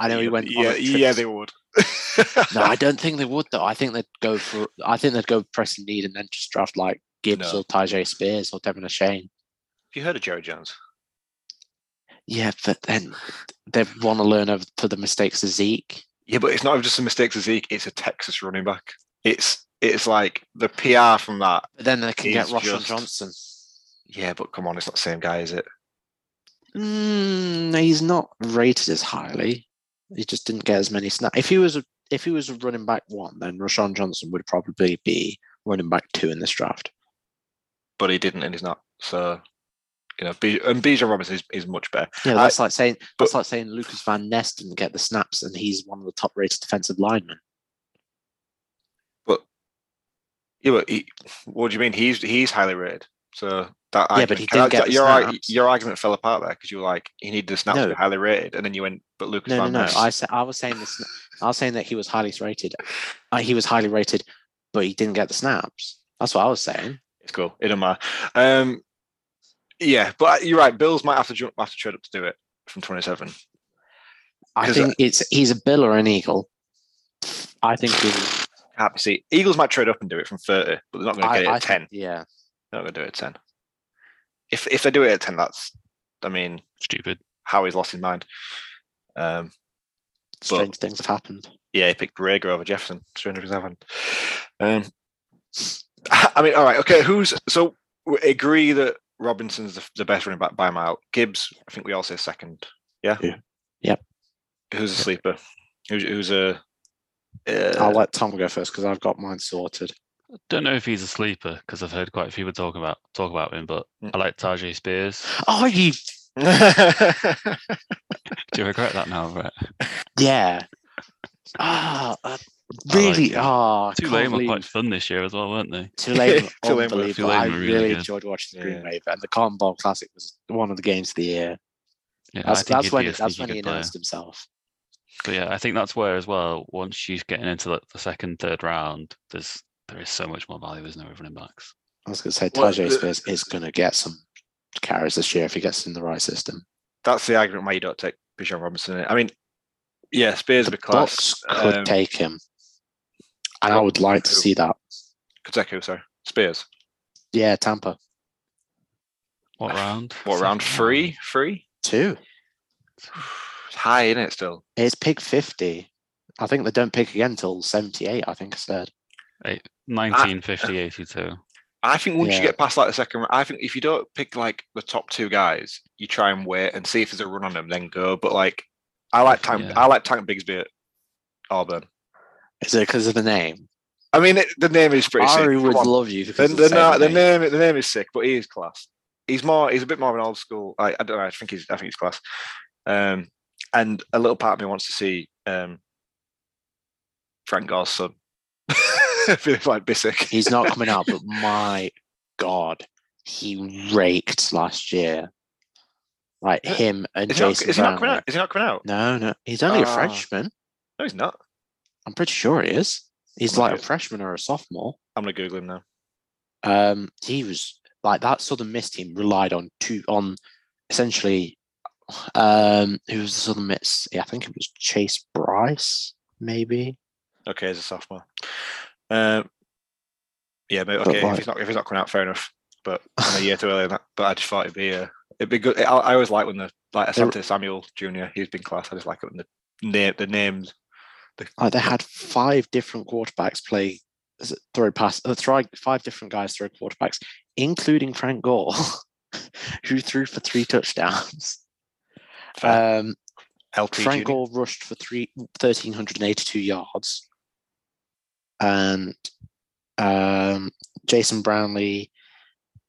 I know he yeah, went. Yeah, yeah, they would. No, I don't think they would though. I think they'd go for. I think they'd go press and need and then just draft like Gibbs No. or Tajay Spears or Devin O'Shane. you heard of Jerry Jones? Yeah, but then they want to learn over for the mistakes of Zeke. Yeah, but it's not just a mistake to Zeke. It's a Texas running back. It's it's like the PR from that. But then they can He's get Roshan just- Johnson. Yeah, but come on, it's not the same guy, is it? Mm, he's not rated as highly. He just didn't get as many snaps. If he was a if he was a running back one, then Rashawn Johnson would probably be running back two in this draft. But he didn't, and he's not. So you know, B- and Bijan Robinson is, is much better. Yeah, I- that's like saying that's but- like saying Lucas Van Ness didn't get the snaps, and he's one of the top rated defensive linemen. Yeah, but he, what do you mean? He's he's highly rated. So that Yeah, but argument- he didn't get the your ar- snaps. your argument fell apart there because you were like he needed the snaps to No. be highly rated, and then you went, but Lucas No, no, Van no. Ness- I said I was saying this. I was saying that he was highly rated. Uh, he was highly rated, but he didn't get the snaps. That's what I was saying. It's cool. It don't matter. Um, yeah, but you're right. Bills might have to jump, have to trade up to do it from 27. I 'Cause I- think it's he's a Bill or an Eagle. I think he's. Happy to see. Eagles might trade up and do it from 30, but they're not going to I, get it I at 10. think- yeah. They're not going to do it at 10. If if they do it at 10, that's, I mean, Stupid. Howie's lost his mind. Um, strange things have happened. yeah, he picked Rager over Jefferson. Strange things happened. Um, I mean, all right, okay. Who's so we agree that Robinson's the, the best running back by a mile. Gibbs, I think we all say second. Yeah. Yeah. Yep. Who's a sleeper? Who's who's a? Uh, I'll let Tom go first because I've got mine sorted. Don't know if he's a sleeper because I've heard quite a few people talk about talk about him, but Mm. I like Tajay Spears. Oh, you, Do you regret that now, Brett? yeah. Ah, uh, really? it. Ah, Too can't lame were believe- quite fun this year as well, weren't they? Too late. Too lame, unbelievable. too lame, I really really, good. enjoyed watching the Green Yeah. Wave, and the Cotton Bowl Classic was one of the games of the year. Yeah, I That's, think that's he'd when be a that's sneaky when he good player. announced himself. But yeah, I think that's where as well. Once you're getting into like the second, third round, there's there is so much more value as no running backs. I was going to say Well, Tajay the- Spears is going to get some carries this year if he gets in the right system. that's the argument why you don't take Bijan Robinson. I mean, yeah, Spears would The be class. Bucks could um, take him, and I would like to Who? see that. could take who? Sorry, Spears. Yeah, Tampa What round? What round? Second Three, three. too. It's high, isn't it? Still. It's pick 50. I think they don't pick again till 78, I think I said. Nineteen fifty eighty two. I think once you Yeah. get past like the second round, I think if you don't pick like the top two guys, you try and wait and see if there's a run on them, then go. But like, I like Tank. Yeah. I like Tank Bigsby at Auburn. Is it because of the name? I mean, it, the name is pretty Ari sick. would come on. love you The, because the, of na- the the same name. name, the name is sick, but he is class. He's more. He's a bit more of an old school. I, I don't know. I think he's. I think he's class. Um, and a little part of me wants to see um, Frank Gore's son. Feels like Bissick. He's not coming out, but my God, he raked last year. Like Uh, him and Is he, not, Jason is he not coming Brownlee. out? Is he not coming out? No, no, he's Ah. only a freshman. No, he's not. I'm pretty sure he is. He's Look like at- a freshman or a sophomore. I'm gonna Google him now. Um, he was like that Southern Miss team relied on two on essentially um who was the Southern Miss? Yeah, I think it was Chase Bryce, maybe. Okay, as a sophomore. Um, yeah, but But okay. If like- he's not if he's not coming out, fair enough. But I'm a year too early on that. But I just thought it'd be uh, it'd be good. I, I always like when the like They're- Asante Samuel Jr. He's been class. I just like it when the name the names. Like they had five different quarterbacks play s- throw pass uh, try five different guys throw quarterbacks, including Frank Gore, who threw for three touchdowns. Fair. Um LT Frank Jr. Gore rushed for three, 1,382 yards. And um, Jason Brownlee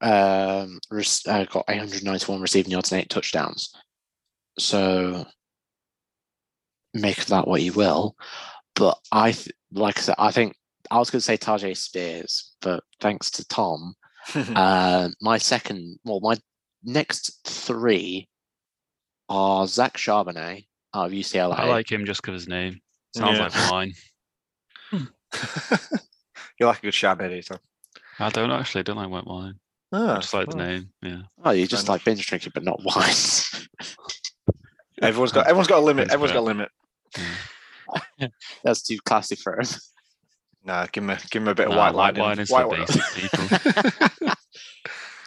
um, rec- uh, got 891 receiving yards and eight touchdowns. So make of that what you will. But I, th- like I said, I think I was going to say Tajay Spears, but thanks to Tom, uh, my second, well, my next three are Zach Charbonnet out of UCLA. I like him just because his name sounds Ah, uh, Yeah. like wine. you like a good Charbonnet, so I don't actually. Don't like white wine. I just like the name. Yeah. Oh, you just Fair like binge drinking, but not wines. Everyone's got everyone's got a limit. Thanks, Everyone's got a Brett. limit. That's too classy for him. Nah, give him a give him a bit of Nah, white white lightning. wine is for basic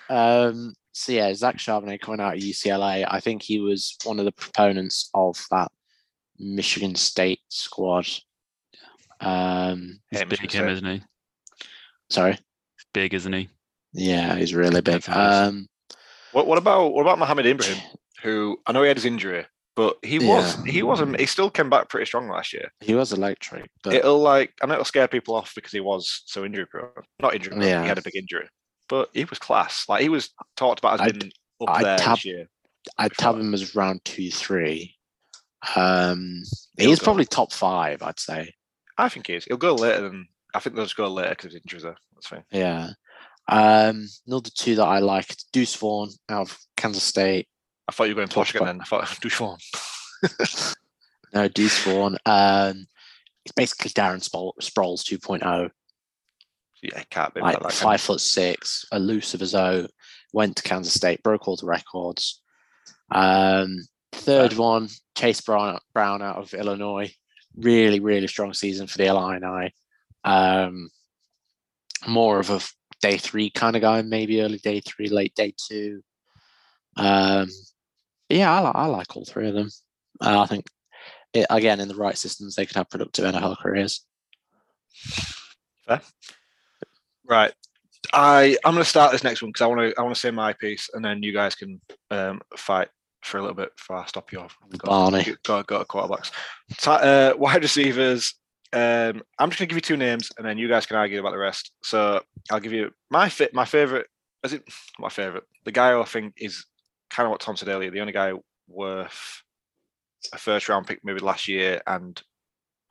Um, so yeah, Zach Charbonnet coming out of UCLA. I think he was one of the proponents of that Michigan State squad. Um, He's Yeah, Michigan big, him, State. isn't he? sorry, Big, isn't he? yeah, he's really big. Definitely is. Um, What what about what about Mohammed Ibrahim, who I know he had his injury, but he was he wasn't he still came back pretty strong last year. he was electric, but It'll like I know it'll scare people off because he was so injury prone. Not injury prone, Yeah. he had a big injury. But he was class. Like he was talked about as I'd- being up I'd there tab- this year. I'd before tab him as round two, three. Um, He'll he's go. probably top five, I'd say. I think he is. He'll go later than I think they'll just go later because his injuries there. That's fine. Yeah. Um, another two that I like Deuce Vaughn out of Kansas State. I thought you were going Talked Tosh again about- then. I thought Duchon. No, Deuce Vaughn. Um, it's basically Darren Spol- Sproles oh. 2.0, Yeah, he can't be like like that. can five foot six, elusive as O, went to Kansas State, broke all the records. Um, third one, Chase Brown, Brown out of Illinois. Really, really strong season for the Illini. Um, more of a f- day three kind of guy, maybe early day three, late day two. Um, but yeah, I, li- I like all three of them. Uh, I think, it, again, in the right systems, they could have productive NFL careers. Right. I I'm going to start this next one because I want to I want to say my piece and then you guys can um, fight for a little bit before I stop you off. Barney. Go go to quarterbacks. Ti- uh, wide receivers. Um, I'm just going to give you two names and then you guys can argue about the rest. So I'll give you my fit my favorite. Is it my favorite? The guy who I think is kind of what Tom said earlier. The only guy worth a first round pick maybe last year and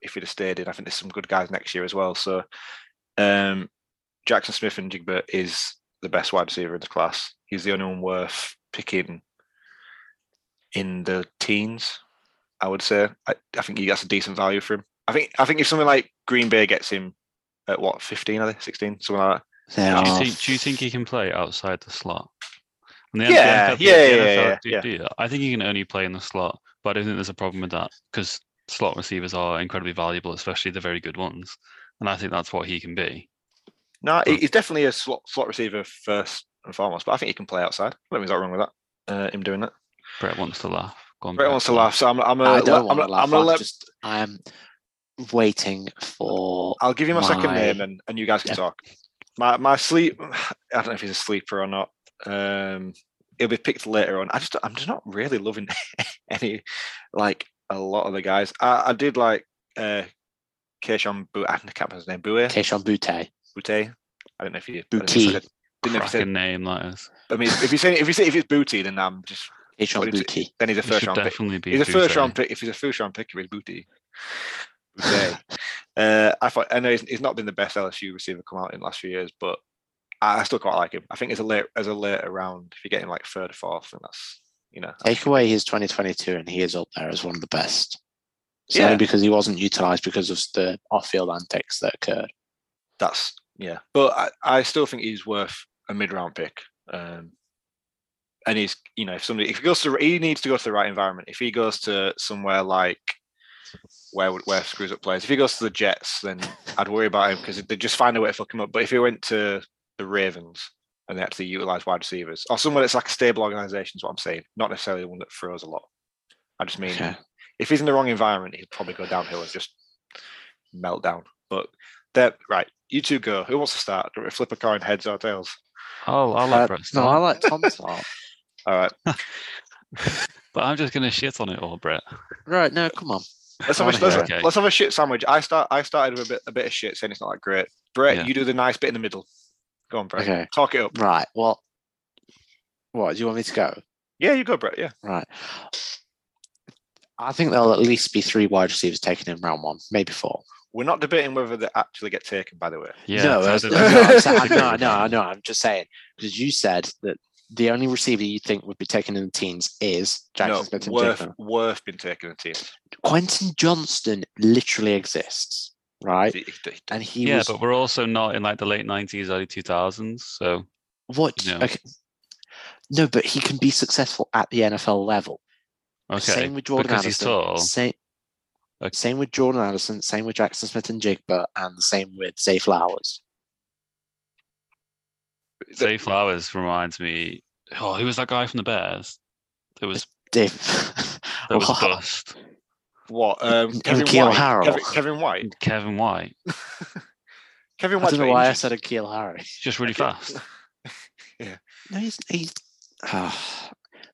if he'd have stayed in, I think there's some good guys next year as well. So um, Jackson Smith and Jigba is the best wide receiver in the class. He's the only one worth picking in the teens, I would say. I, I think he gets a decent value for him. I think I think if something like Green Bay gets him at what, 15, are they? 16, something like that. They Do you Uh, are think? Do you think he can play outside the slot? And the Yeah, NFL do- yeah, the yeah, NFL yeah, do yeah. do that. I think he can only play in the slot, but I don't think there's a problem with that because slot receivers are incredibly valuable, especially the very good ones. And I think that's what he can be. No, he- Mm. he's definitely a slot, slot receiver first and foremost, but I think he can play outside. I don't think there's nothing wrong with that. Uh, him doing that. Brett wants to laugh. Go on, Brett wants to laugh, so I'm, I'm a, I don't I'm, want a- to laugh. I'm I'm, gonna let- just I'm waiting for I'll give you my, second name My- and, and you guys can Yeah. talk. My my sleep I don't know if he's a sleeper or not. Um he'll be picked later on. I just I'm just not really loving any like a lot of the guys. I, I did like uh Keishon Bu I can't remember his name, Bue Keishon Butte. Butte. I don't know if you I don't know if you Boutte. said- didn't know if you said- Cracking name that is. I mean if you say if you say if it's booty then I'm just What Keishon is it? Butte. then he's a He first should round pick. definitely be He's a Boutte. first round pick. If he's a first round pick, he's booty. Boutte. uh, I thought I know he's, he's not been the best LSU receiver come out in the last few years, but I, I still quite like him. I think as a late as a later round, if you get him like third or fourth, then that's you know. Take away his 2022, and he is up there as one of the best. So Yeah. because he wasn't utilized because of the off-field antics that occurred. that's yeah. But I, I still think he's worth a mid round pick. Um, and he's you know if somebody if he goes to he needs to go to the right environment. If he goes to somewhere like where would- where screws up players. If he goes to the Jets, then I'd worry about him because they just find a way to fuck him up. But if he went to the Ravens and they actually utilize wide receivers or somewhere that's like a stable organization, is what I'm saying. Not necessarily one that throws a lot. I just mean Okay. if he's in the wrong environment, he'll probably go downhill and just melt down. But that right, you two go. Who wants to start? Do we Flip a coin, heads or tails? Oh, I Uh, love Brett. no, Starr, I like Tom Tom. All right, But I'm just gonna shit on it all, Brett. right, no, come on. let's have Wanna a let's, hear it. let's have a shit sandwich. I start. I started with a bit a bit of shit, saying it's not that great. Brett, Yeah. you do the nice bit in the middle. Go on, Brett. Okay. Talk it up. Right, well, what do you want me to go? Yeah, you go, Brett. Yeah. Right. I think there'll at least be three wide receivers taken in round one, maybe four. We're not debating whether they actually get taken. By the way, Yeah. no, so I that's- don't no, think- I'm sa- I I- disagree no, with no, that. I know. I'm just saying because you said that the only receiver you think would be taken in the teens is Jackson no, Smith and worth Jigba. worth being taken in teams. Quentin Johnston literally exists. right? He- he- he- And he yeah, was but we're also not in like the late nineties, early two thousands. So what? no. Okay. No, but he can be successful at the NFL level. okay, Same with Jordan because he's Addison. tall. Same, Okay. same with Jordan Addison. Same with Jackson Smith and Jigba, and the same with Zay Flowers. Say Flowers reminds me. Oh, who was that guy from the Bears? That was Dave, that was Wow. bust. What? Um, And Kevin, Keel White. Harrell. Kevin, Kevin White. Kevin White. Kevin I White. don't know why I said Akil Harry. He's just really fast. No, he's he's. ah,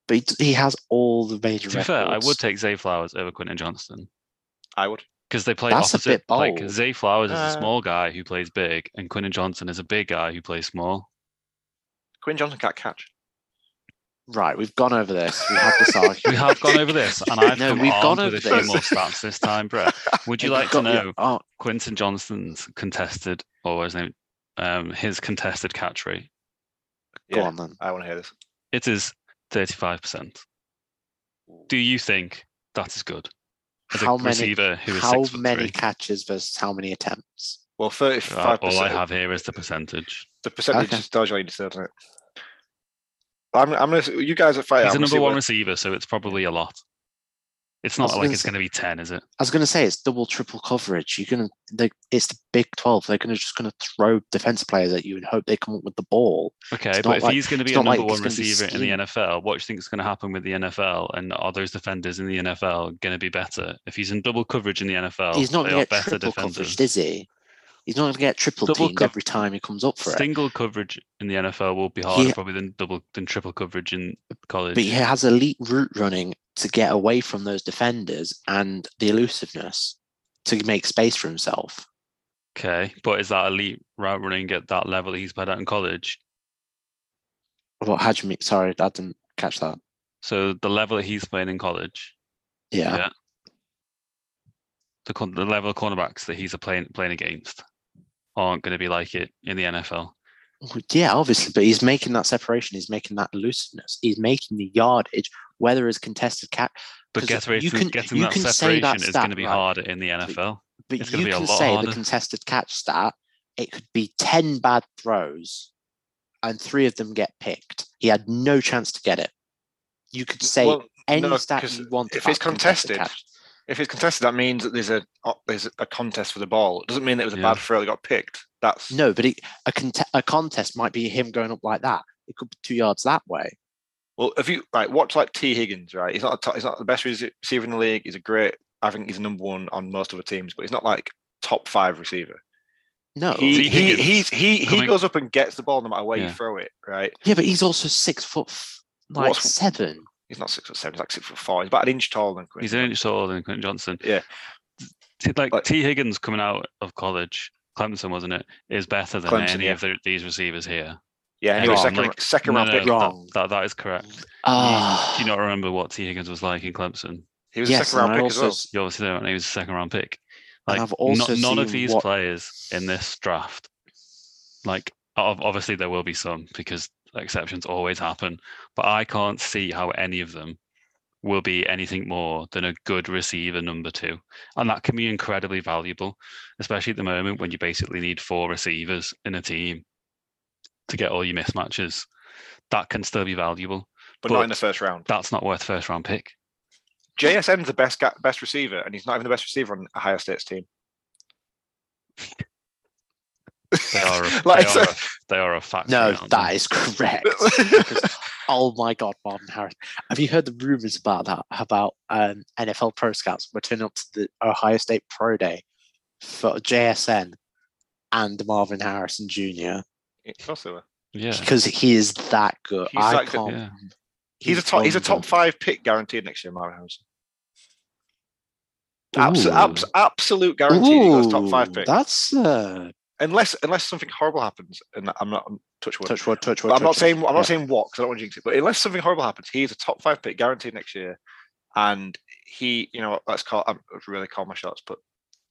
but he, d- he has all the major. To be fair, I records. would take Zay Flowers over Quentin Johnston I would. because they play That's a opposite. bit Like bold. Zay Flowers is Uh, a small guy who plays big, and Quentin Johnson is a big guy who plays small. Quinn Johnson can't catch. Right, we've gone over this. We had this argument. We have gone over this, and I've No, come we've armed gone with over a few this. more stats this time, Brett. Would you And like you've to got your- know Oh, Quinton Johnston's contested, or his name, um, his contested catch rate. go Yeah. on then. I want to hear this. It is thirty-five percent. Do you think that is good as How a many? receiver who is How six foot many three? catches versus how many attempts? Well, Uh, thirty-five all I percent. have here is the percentage. The percentage Okay. is tells you what you deserve, doesn't it? I'm, I'm gonna. You guys are fighting. He's I'm a gonna see number one what- receiver, so it's probably a lot. It's was not like gonna it's say- going to be ten, is it? I was going to say it's double, triple coverage. You're going to, it's the Big 12. They're going to just going to throw defense players at you and hope they come up with the ball. Okay, It's not but if like- he's going to be it's a not number like one it's gonna be receiver in the scheme. NFL, what do you think is going to happen with the NFL? And are those defenders in the NFL going to be better? If he's in double coverage in the NFL, He's not Oh, they going are to get better triple defenders. coverage, is he? He's not going to get triple Double teamed cov- every time he comes up for it. Single coverage in the NFL will be harder He- probably than double than triple coverage in college. But he has elite route running to get away from those defenders and the elusiveness to make space for himself. Okay, but is that elite route running at that level that he's played at in college? What, how do you mean? Sorry, I didn't catch that. So the level that he's playing in college, Yeah. Yeah. the con- the level of cornerbacks that he's playing playing against, aren't going to be like it in the NFL. Well, Yeah, obviously, but he's making that separation. He's making that elusiveness. He's making the yardage, whether it's contested catch. But 'Cause get away you from can- getting you that can say separation that is stat, going to be right, harder in the but- NFL. But It's gonna you be a can lot say harder. the contested catch stat. It could be ten bad throws, and three of them get picked. He had no chance to get it. You could say Well, any no, stat 'cause you want. if about it's contested, catch. if it's contested, that means that there's a o- there's a contest for the ball. It doesn't mean that it was a Yeah. bad throw that got picked. That's No, but it, a cont- a contest might be him going up like that. It could be two yards that way. Well, if you like watch like T Higgins, right? He's not a top, he's not the best rece- receiver in the league. He's a great. I think he's number one on most other teams, but he's not like top five receiver. No, He T. he Higgins he's, he he coming- goes up and gets the ball no matter where Yeah. you throw it, right? yeah, but he's also six foot, f- like What's- seven. He's not six foot seven. He's like six foot four. He's about an inch taller than Quinn. He's an inch taller than Quentin Johnson. Yeah. T- Like Like- T. Higgins coming out of college, Clemson wasn't it? Is better than Clemson, any yeah. of the, these receivers here. yeah, anyway, wrong, second like- second No, round no, pick. that- Wrong. That, that is correct. Ah, Do you not remember what T. Higgins was like in Clemson? He was a yes, second and round I pick also as You obviously don't. He was a second round pick. And Like I've no- also none of seen these what- players in this draft, like ob- obviously there will be some because exceptions always happen, but I can't see how any of them will be anything more than a good receiver number two, and that can be incredibly valuable, especially at the moment when you basically need four receivers in a team to get all your mismatches. That can still be valuable. well, but not in but- the first round. That's not worth first round pick. JSN's the best ga- best receiver, and he's not even the best receiver on Ohio State's team. They are. A, Like, they, so- are a, they are a factor. No, aren't they? that is correct. Because- oh my God, Marvin Harris! Have you heard the rumors about that? About um, NFL pro scouts returning up to the Ohio State Pro Day for JSN and Marvin Harrison Jr. Of course they were. Yeah. because he is that good. He's I that good, can't. yeah. He's a top. He's a top wonderful. five pick guaranteed next year, Marvin Harrison. Abs- abs- absolute guarantee he goes top five Ooh, pick. That's uh, unless unless something horrible happens, and I'm not touch wood. touch wood, touch wood. but I'm not touch wood. saying I'm Yeah. not saying what because I don't want to jinx it. But unless something horrible happens, he's a top five pick guaranteed next year, and he, you know, what, let's call I'm really call my shots, but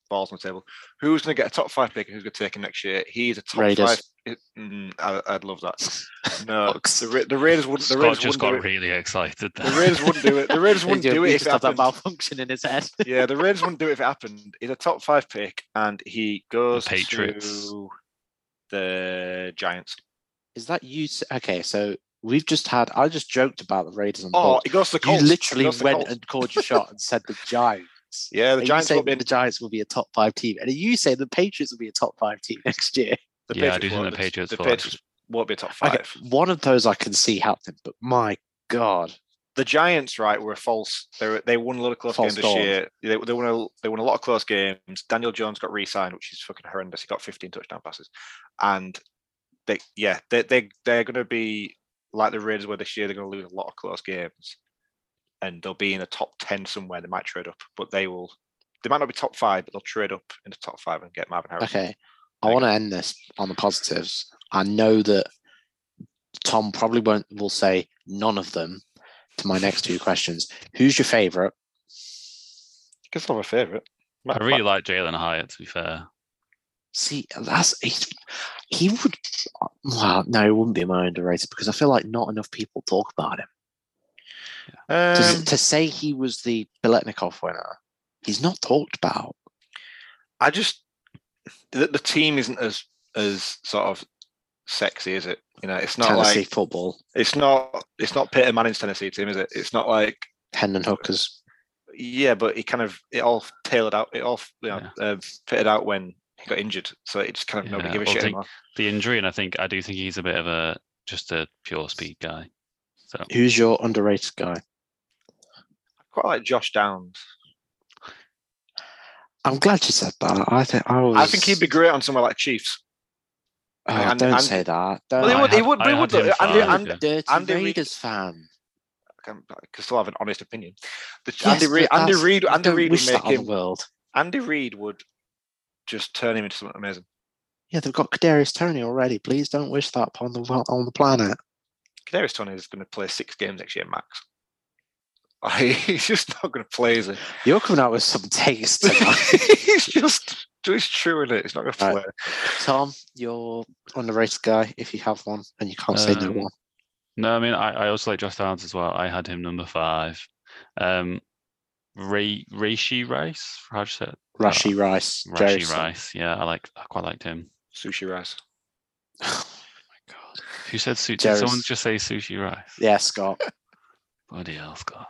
balls on the table. Who's going to get a top five pick and who's going to take him next year? He's a top Raiders. five. it- mm, I, I'd love that. No, Bucks. the, Ra- the Raiders wouldn't. The Scott Raiders just wouldn't got do it. really excited. The Raiders wouldn't do it. The Raiders He wouldn't just- do he it if just it had that happened. malfunction in his head. Yeah, the Raiders wouldn't do it if it happened. He's a top five pick, and he goes Patriots. to the Giants. Is that you? s- Okay, so we've just had. I just joked about the Raiders and Oh, Bucks. he goes to the You Colts. He literally goes to the went Colts. and called your shot and said the Giants. yeah, Are the you Giants saying will be in the Giants will be a top five team, and are you saying the Patriots will be a top five team next year? The Yeah, I do think won't- the Patriots The will Patriots won't be a top five. Okay, one of those I can see happening, but my god, The Giants, right, were a false. They were, they won a lot of close False games dawn. this year. They, they won a they won a lot of close games. Daniel Jones got re-signed, which is fucking horrendous. He got 15 touchdown passes, and they yeah they they they're going to be like the Raiders were this year. They're going to lose a lot of close games, and they'll be in the top 10 somewhere. They might trade up, but they will. They might not be top five, but they'll trade up into top five and get Marvin Harrison. Okay. I Okay. want to end this on the positives. I know that Tom probably won't will say none of them to my next two questions. Who's your favorite? I guess I'm a favorite. I really like Jalen Hyatt. To be fair, See, that's he's, he would. Well, no, he wouldn't be my underrated because I feel like not enough people talk about him. To, s- Um, to say he was the Biletnikoff winner, he's not talked about. I just the, the team isn't as as sort of sexy, is it? You know, it's not Tennessee like football, it's not it's not Peter Manning's Tennessee team, is it? It's not like Hendon Hookers. yeah, but it kind of it all tailored out, it all you know, uh, fitted out when he got injured, so it just kind of nobody Yeah, gave a well, shit they- anymore. the injury, and I think I do think he's a bit of a just a pure speed guy. So Who's your underrated guy? I quite like Josh Downs. I'm glad you said that. I think I was. I think he'd be great on somewhere like Chiefs. Oh, And- don't and- say Oh, that. Well, he I would, he had- would, I he had would. him though. Andy, five, Andy, yeah. dirty Andy Reid- Raiders fan. I can I can still have an honest opinion. The, Yes, Andy but Reid, Andy that's- Reid, I Andy don't Reid wish would that make on the him. world. Andy Reid would just turn him into something amazing. Yeah, they've got Kadarius Tony already. Please don't wish that upon the wo- on the planet. Kadarius Tony is going to play six games next year, max. he's just not going to play, is he? You're coming out with some taste tonight. he's just, it's true, is it? He's not going to play. Right. Tom, you're underrated guy if you have one, and you can't say no Um, one. no, I mean I, I also like Josh Downs as well. I had him number five. Um, Ray Reishi Rice, how do you say it? Rashi uh, Rice, Jerry Rashi Rice. Yeah, I like. I quite liked him. Sushi rice. Oh my god. Who said sushi? Did Jerry's- someone just say sushi rice? Yeah, Scott. Bloody hell, Scott.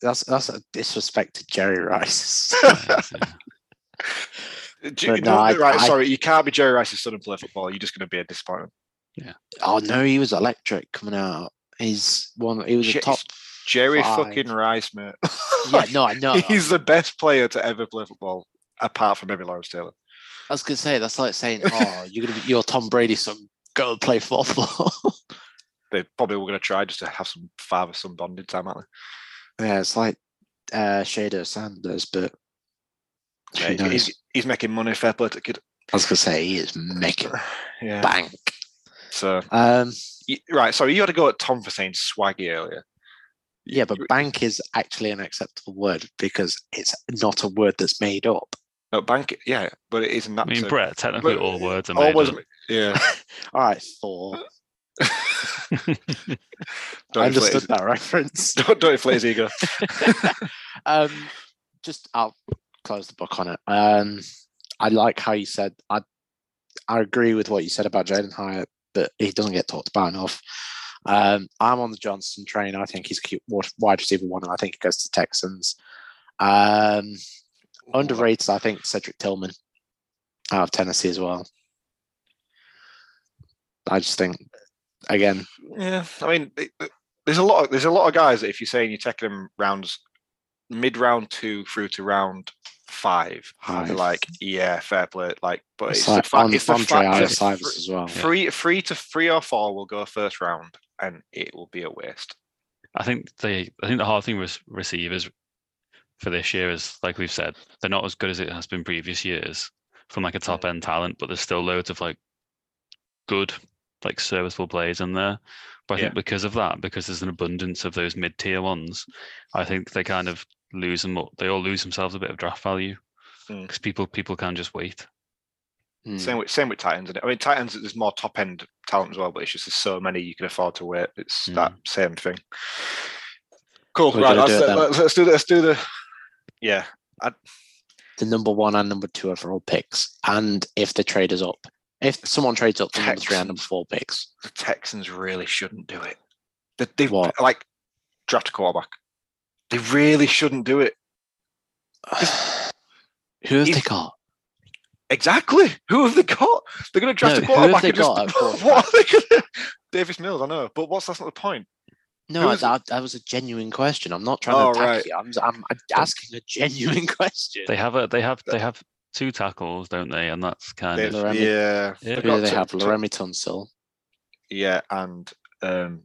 That's that's a disrespect to Jerry Rice. Yes, yeah. Do you- But no, Uh, no, I- right, I- sorry, you can't be Jerry Rice's son and play football. You're just going to be a disappointment. oh no, he was electric coming out. He's one. He was a Shit, top. Jerry Five. fucking Rice, mate. Yeah, no, I know. he's the best player to ever play football, apart from maybe Lawrence Taylor. I was gonna say that's like saying, "Oh, you're gonna be you're Tom Brady, so go and play football." They probably were going to try just to have some father son bonding time, aren't yeah, it's like uh, Shader Sanders, but they? who Yeah, he- knows? he's, he's making money, fair play to the kid. I was gonna say he is making Yeah. bank. So, Um, y- right, sorry, you had to go at Tom for saying swaggy earlier. yeah, but bank is actually an acceptable word because it's not a word that's made up. No, bank, yeah, but it isn't I that. mean, too. Brett, technically But all words are made Always, up. yeah. All right, Thor. don't, inflate I understood his, that reference. don't, don't inflate his ego. um, just I'll close the book on it. Um, I like how you said I. I agree with what you said about Jaden Hyatt, but he doesn't get talked about enough. Um, I'm on the Johnson train. I think he's a cute wa- wide receiver one, and I think he goes to Texans. Um, underrated, I think Cedric Tillman out of Tennessee as well. I just think again, Yeah, I mean, it- it- there's a lot. Of, there's a lot of guys that if you're saying you're taking them rounds, mid round two through to round five, I'd be Five. like, yeah, fair play. Like, but it's it's, like the fa- on it's the Andre fact Iris that Ivers as well. fr- three, three to three or four will go first round, and it will be a waste. I think the I think the hard thing with receivers for this year is like we've said, they're not as good as it has been previous years from like a top end talent, but there's still loads of like good, like serviceable players in there. But I Yeah. think because of that, because there's an abundance of those mid tier ones, I think they kind of lose them. They all lose themselves a bit of draft value. Mm. because people people can just wait. Mm. Same with same with Titans. And I mean, Titans there's more top end talent as well, but it's just there's so many you can afford to wait. It's Mm. that same thing. Cool. We're right. gonna Let's, Hmm. do it let, then. us let's do the- let's do the. Yeah. the number one and number two overall picks, and if the trade is up. If someone trades up to number three and number four picks, the Texans really shouldn't do it. They, they've What? like draft a quarterback. They really shouldn't do it. who have If- they got? Exactly. Who have they got? They're going to draft No, a who quarterback. have they and just- got at quarterback? what are they gonna, Davis Mills, I know, but what's that's not the point. No, I, who's- that, that was a genuine question. I'm not trying Oh, to attack right. you. I'm, I'm, I'm asking a genuine question. They have a they have they have two tackles, don't they? And that's kind They've- of Laramie- yeah, Yeah. they've who do got they to- have? to- Laramie Tunsil. yeah, and um,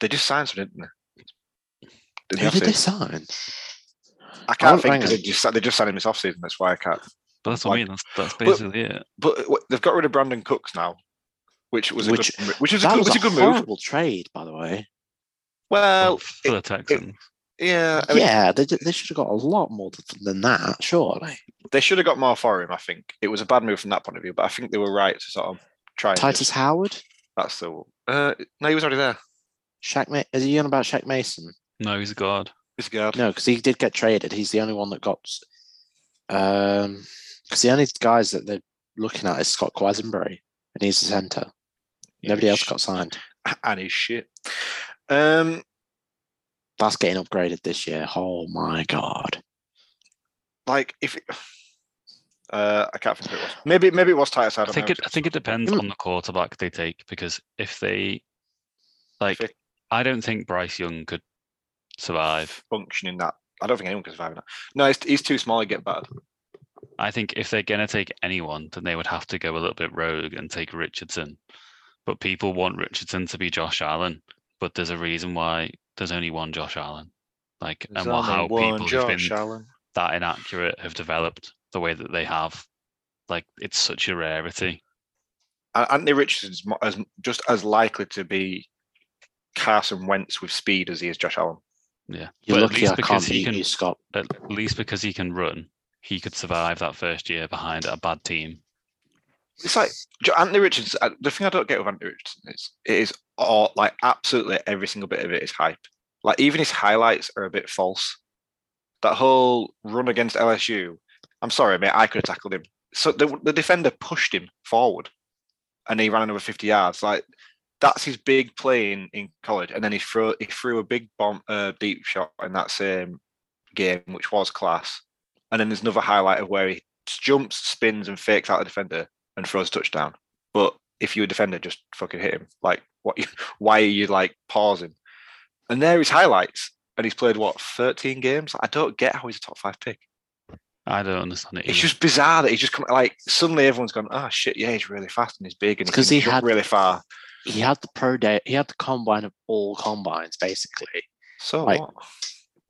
they just signed someone, didn't they? Who Didn't did they they? sign? I can't Oh, think hang because they on. just si- they just signed him this offseason. That's why I can't. but that's what I like- mean. That's that's But- basically it. But uh, w- they've got rid of Brandon Cooks now, which was a Which- good, m- which was a That good, was was a, a good move. horrible trade, by the way. Well, for the Texans. yeah, I mean, yeah, they, did- they should have got a lot more th- than that, surely. they should have got more for him. I think it was a bad move from that point of view, but I think they were right to sort of try. and Titus just- Howard? that's the. Uh, no, he was already there. Shaq Ma- is he on about Shaq Mason? no, he's a guard. This guard. No, because he did get traded. He's the only one that got. Um, because the only guys that they're looking at is Scott Quisenberry, and he's the center. Yeah, Nobody else sh- got signed. And his shit. Um, That's getting upgraded this year. Oh my god! like if. It, uh, I can't think who it was. Maybe maybe it was Titus. I think it I think it depends Mm. on the quarterback they take because if they like it- I don't think Bryce Young could survive. functioning that. I don't think anyone can survive that. No, he's, he's too small to get battered. I think if they're gonna take anyone, then they would have to go a little bit rogue and take Richardson. But people want Richardson to be Josh Allen, but there's a reason why there's only one Josh Allen. Like and what, how people have been Allen. that inaccurate have developed the way that they have. Like it's such a rarity. A- Anthony Richardson's mo- as just as likely to be Carson Wentz with speed as he is Josh Allen. Yeah. You're But at lucky least I can't because he beat can you, Scott. at least because he can run, he could survive that first year behind a bad team. It's like Jo- Anthony Richardson. uh, The thing I don't get with Anthony Richardson is it is all like absolutely every single bit of it is hype. Like even his highlights are a bit false. That whole run against LSU. I'm sorry, mate. I could have tackled him. So the, the defender pushed him forward, and he ran another 50 yards. Like that's his big play in, in college. And then he threw he threw a big bomb uh, deep shot in that same game, which was class. And then there's another highlight of where he jumps, spins, and fakes out the defender and throws a touchdown. But if you're a defender, just fucking hit him. Like, what? Why are you like pausing? And there is highlights, and he's played what 13 games. I don't get how he's a top five pick. I don't understand it. It's either. just bizarre that he's just come like suddenly everyone's gone. Oh shit, yeah, he's really fast and he's big and he 'Cause can he jump had- really far. He had the pro day. He had the combine of all combines, basically, So Like, what?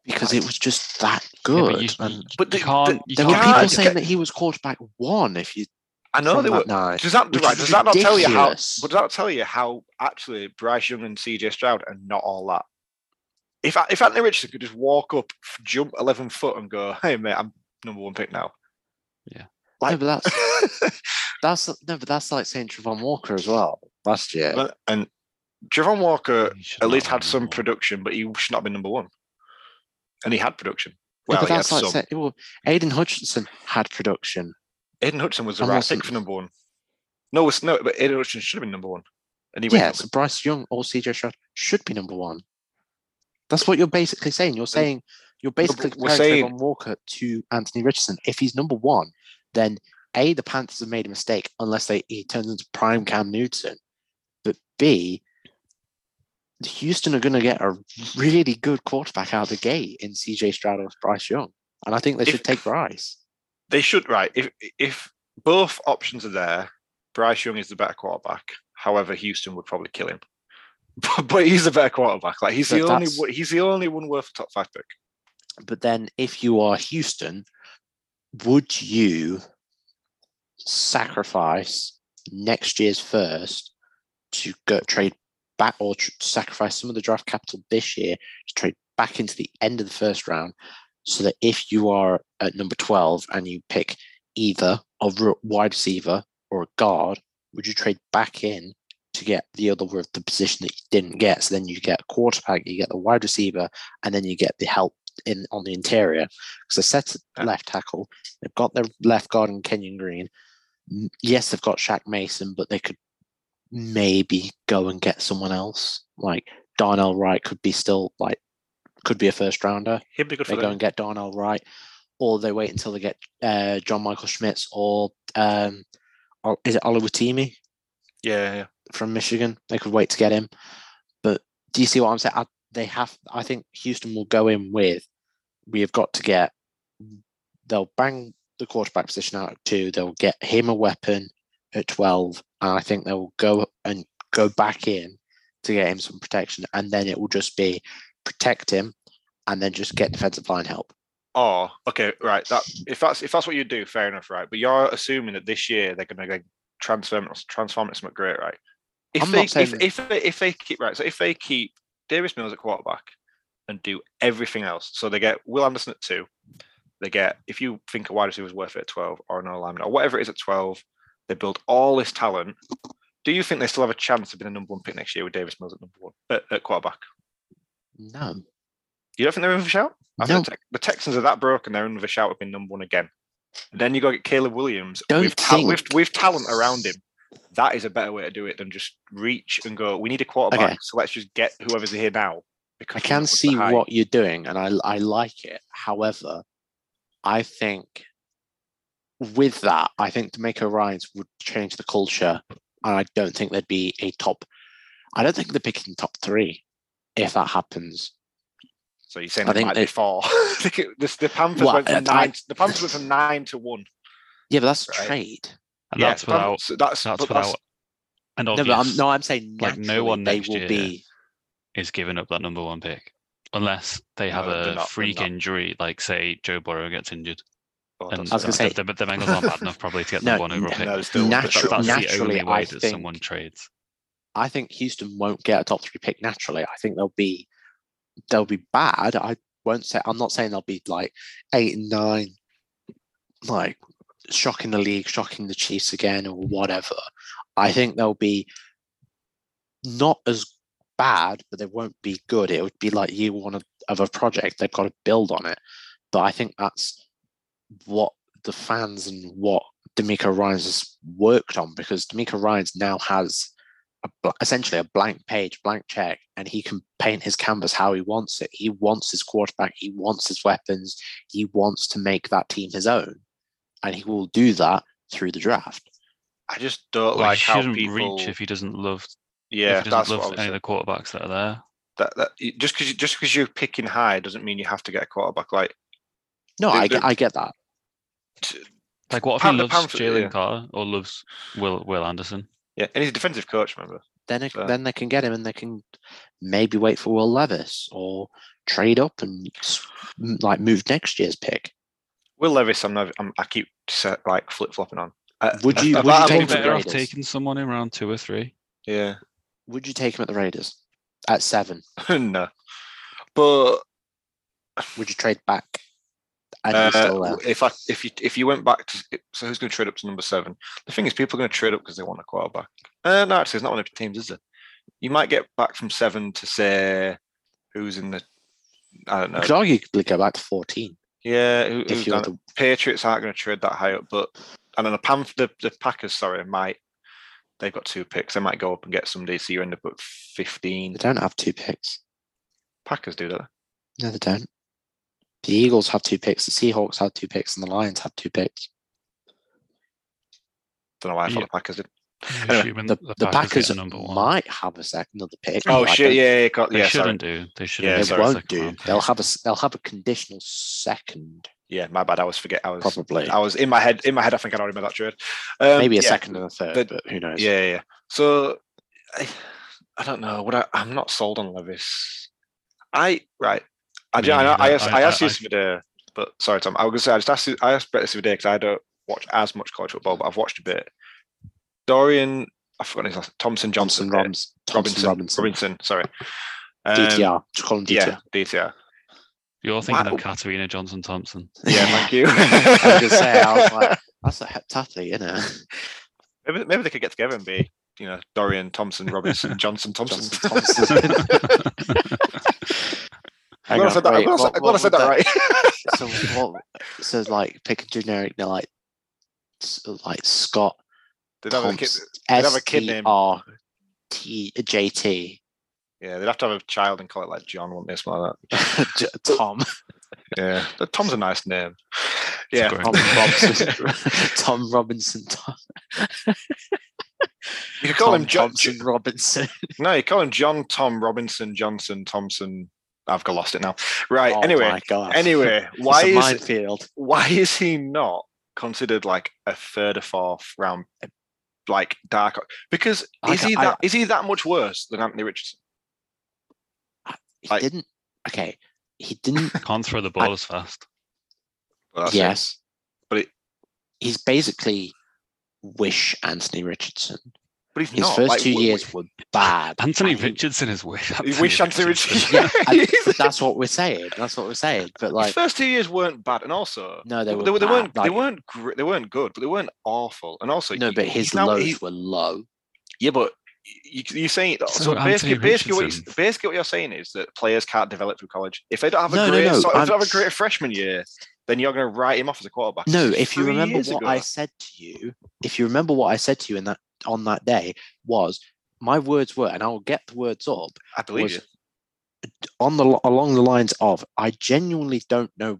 because it was just that Yeah, but good. you- and But you the- can't. the- you there were can't- people can't saying get- that he was quarterback one. If you I know from they were. that night. Does that which right? is Does that not tell you how? ridiculous. But does that tell you how actually Bryce Young and CJ Stroud are not all that? If if Anthony Richardson could just walk up, f- jump eleven foot, and go, "Hey mate, I'm number one pick now," no, but that's That's no, but that's like saying Travon Walker as well last year. But- and Javon Walker you should at Mm, not least have had him some anymore. production, but he should not have been number one. And he had production. No, Well, but he had that's like some. saying well, Aiden Hutchinson had production. Aiden Hutchinson was the And right wasn't- pick for number one. No, it's, no, but Aiden Hutchinson should have been number one. And he went yeah, number- so Bryce Young or CJ Stroud should be number one. That's what you're basically saying. You're saying you're but basically we're comparing saying- Trayvon Walker to Anthony Richardson. If he's number one, then A, the Panthers have made a mistake unless they he turns into prime Cam Newton. But B, Houston are gonna get a really good quarterback out of the gate in CJ Stroud or Bryce Young. And I think they If- should take Bryce. they should right if if both options are there bryce young is the better quarterback however houston would probably kill him but, but he's the better quarterback like he's the But only that's- one he's the only one worth a top five pick But then, if you are Houston, would you sacrifice next year's first to go trade back or tr- sacrifice some of the draft capital this year to trade back into the end of the first round so that if you are at number 12 and you pick either a r- wide receiver or a guard, would you trade back in to get the other with the position that you didn't get? So then you get a quarterback, you get the wide receiver, and then you get the help in on the interior. Because they set Yeah. left tackle, they've got their left guard in Kenyon Green. M- Yes, they've got Shaq Mason, but they could maybe go and get someone else. Like Darnell Wright could be still like could be a first rounder He'd be good for they go them. and get Darnell Wright, or they wait until they get uh, John Michael Schmitz or um, or is it Oliver Teamy Yeah, yeah. from Michigan? They could wait to get him. But do you see what I'm saying? I, they have. I think Houston will go in with we have got to get. They'll bang the quarterback position out at two. They'll get him a weapon at twelve, and I think they'll go and go back in to get him some protection, and then it will just be protect him, and then just get defensive line help. Or Oh, okay, right. That if that's if that's what you do, fair enough, right? But you're assuming that this year they're going to go transform transform it something great, right? If I'm they not saying if, that- if they, if they keep right, so if they keep Davis Mills at quarterback and do everything else, so they get Will Anderson at two, they get if you think a wide receiver is worth it at twelve or an alignment or whatever it is at twelve, they build all this talent. Do you think they still have a chance of being the number one pick next year with Davis Mills at number one at, at quarterback? No. You don't think they're in for a shout? I No. think the, Tex- the Texans are that broken. They're in for a shout of being number one again. And then you go get Caleb Williams with, Don't ta- with, think. with talent around him. That is a better way to do it than just reach and go. We need a quarterback, Okay. so let's just get whoever's here now. Because I we're can not see behind. what you're doing and I, I like it. However, I think with that, I think D'Amico Ryans would change the culture. And I don't think they'd be a top. I don't think they're picking top three if that happens. So you're saying I I think think might they- be four. the, the, the Panthers Well, went from uh, I- nine. the Panthers went from nine to one. Yeah, but that's a Right. trade. And Yeah, that's the Pan- without so that's, that's but without that's and No, but I'm, obvious no, I'm saying like, no naturally one they next will year. be. is giving up that number one pick. Unless they have No, they're a not- they're freak not. injury, like say Joe Burrow gets injured, oh, and that's- I was gonna the- the, say- the Bengals aren't bad enough probably to get No, number one overall no, pick. no, still, but Natu- that's- that's the naturally, only way I that think- someone trades. I think Houston won't get a top three pick naturally. I think they'll be they'll be bad. I won't say I'm not saying they'll be like eight and nine, like shocking the league, shocking the Chiefs again or whatever. I think they'll be not as bad, but they won't be good. It would be like year one of, of a project. They've got to build on it. But I think that's what the fans and what D'Amico Ryan's has worked on because D'Amico Ryan's now has a, bl- essentially a blank page, blank check, and he can paint his canvas how he wants it. He wants his quarterback, he wants his weapons, he wants to make that team his own, and he will do that through the draft. I just don't Well, like he how shouldn't people. reach if he doesn't love. yeah, if he that's doesn't what I was love any saying. of the quarterbacks that are there. that, that you- just because just because you're picking high doesn't mean you have to get a quarterback. Like No, The- I, the- get- I get that. t- Like what if Pan- he the loves Panthers- Jalen yeah. Carter or loves Will Will Anderson? yeah, and he's a defensive coach, remember? Then it, So- then they can get him, and they can maybe wait for Will Levis or trade up and s- m- like move next year's pick. Will Levis, I'm, never, I'm I keep set, like flip flopping on. Uh, Would you- a- would about you a Be take month the better ago- off Raiders. taking someone in round two or three. Yeah, Would you take him at the Raiders at seven? no, but Would you trade back? And uh, he's still there. if I if you if you went back to so who's going to trade up to number seven? The thing is, people are going to trade up because they want a quarterback. Uh, no, actually, it's not one of the teams, is it? You might get back from seven to say who's in the. I don't You know. could arguably go back to fourteen Yeah, who, who's if you're down- the Patriots aren't going to trade that high up, but and then the Panth the, the Packers, sorry, might they've got two picks. They might go up and get somebody, so you end up at fifteen. They don't have two picks. Packers do that. No, they don't. The Eagles have two picks. The Seahawks have two picks, and the Lions have two picks. Don't know why I thought Yeah. the Packers did. Anyway, Assuming The, the Packers, get a number one. might have a second another pick. Oh but I shit! don't- Yeah, yeah, got, They yeah. Sorry. shouldn't do. They Yeah, shouldn't. they do sorry, a won't second do. round pick. They'll have a s- they'll have a conditional second, Yeah, my bad. I was forget. I was. probably. I was in my head. In my head, I think I already made that trade. Um, Maybe a Oh, yeah, second and a third, but- but who knows? Yeah, yeah. yeah. So I, I don't know. What I, I'm not sold on Levis. I right. I, Me ju- I, know- neither. I, asked, I- I, asked I- you this the other day, but sorry, Tom. I was gonna say I just asked you, I asked Brett this the other day because I don't watch as much college football, but I've watched a bit. Dorian, I forgot his last Thompson Johnson, Johnson, eh, Roms, Thompson, Robinson, Robinson, sorry. Um, DTR. Just call him DTR. Yeah, DTR. You're thinking Wow. of Katarina Johnson Thompson. Yeah, thank you. I was gonna say, I was like, that's a heptathlete, isn't it? maybe, maybe they could get together and be, you know, Dorian Thompson, Robinson, Johnson Thompson. Johnson Thompson. I'm glad Hang I on, said that, I'm wait, glad I said- what- I'm glad I what said would that right. so what? So like, pick a generic. They're like, s- like Scott. They'd have a kid- Thompson, they'd have a kid name. S-T-R-T- JT. Yeah, they'd have to have a child and call it like John, wouldn't they? Something like J- Tom. that. Yeah, but Tom's a nice name. Yeah, great. Tom Robinson. Tom Robinson. Tom, you could call Tom him John. Thompson Robinson. No, you call him John, Tom, Robinson, Johnson, Thompson. I've got lost it now. Right. Oh anyway, my God. anyway, It's why a is minefield? why is he not considered like a third or fourth round like dark? Because Like, is he I- that is he that much worse than Anthony Richardson? He like- didn't. Okay, he didn't. Can't throw the ball as fast. Well, that's it. yes, But it- he's basically wish Anthony Richardson. but he's His not. first like, two w- years were bad. Anthony and he- Richardson is wish. w- You wish Anthony Richardson. Yeah, I- His but that's what we're saying. That's what we're saying. But like, first two years weren't bad, and also no, they they, were. they, bad. weren't they Like, weren't gr- they weren't good, but they weren't awful. And also, No, he- but his he's now- lows he- were low. Yeah, but you, you're saying so, So basically, Anthony basically, what you, Richardson. basically what you're saying is that players can't develop through college. If they don't have a No, no, great, no, so- if they don't I'm- have a great freshman year, then you're going to write him off as a quarterback. No, This is if you three remember years what ago. I said to you, if you remember what I said to you in that on that day was my words were, and I'll get the words up I believe was you. on the along the lines of I genuinely don't know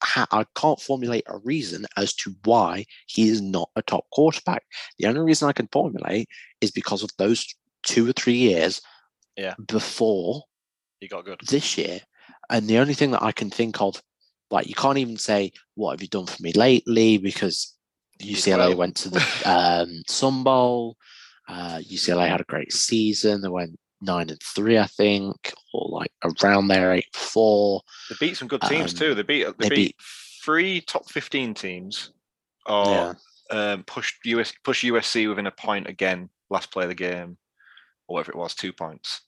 how I can't formulate a reason as to why he is not a top quarterback. The only reason I can formulate is because of those two or three years Yeah. before You got good. this year. And the only thing that I can think of, like you can't even say, What have you done for me lately? Because UCLA well. went to the um, Sun Bowl. Uh, UCLA had a great season. They went nine and three, I think, or like around there, eight and four. They beat some good teams Um, too. They beat they, they beat, beat- three top fifteen teams, or Yeah. um, pushed US push USC within a point again last play of the game, or whatever it was, two points.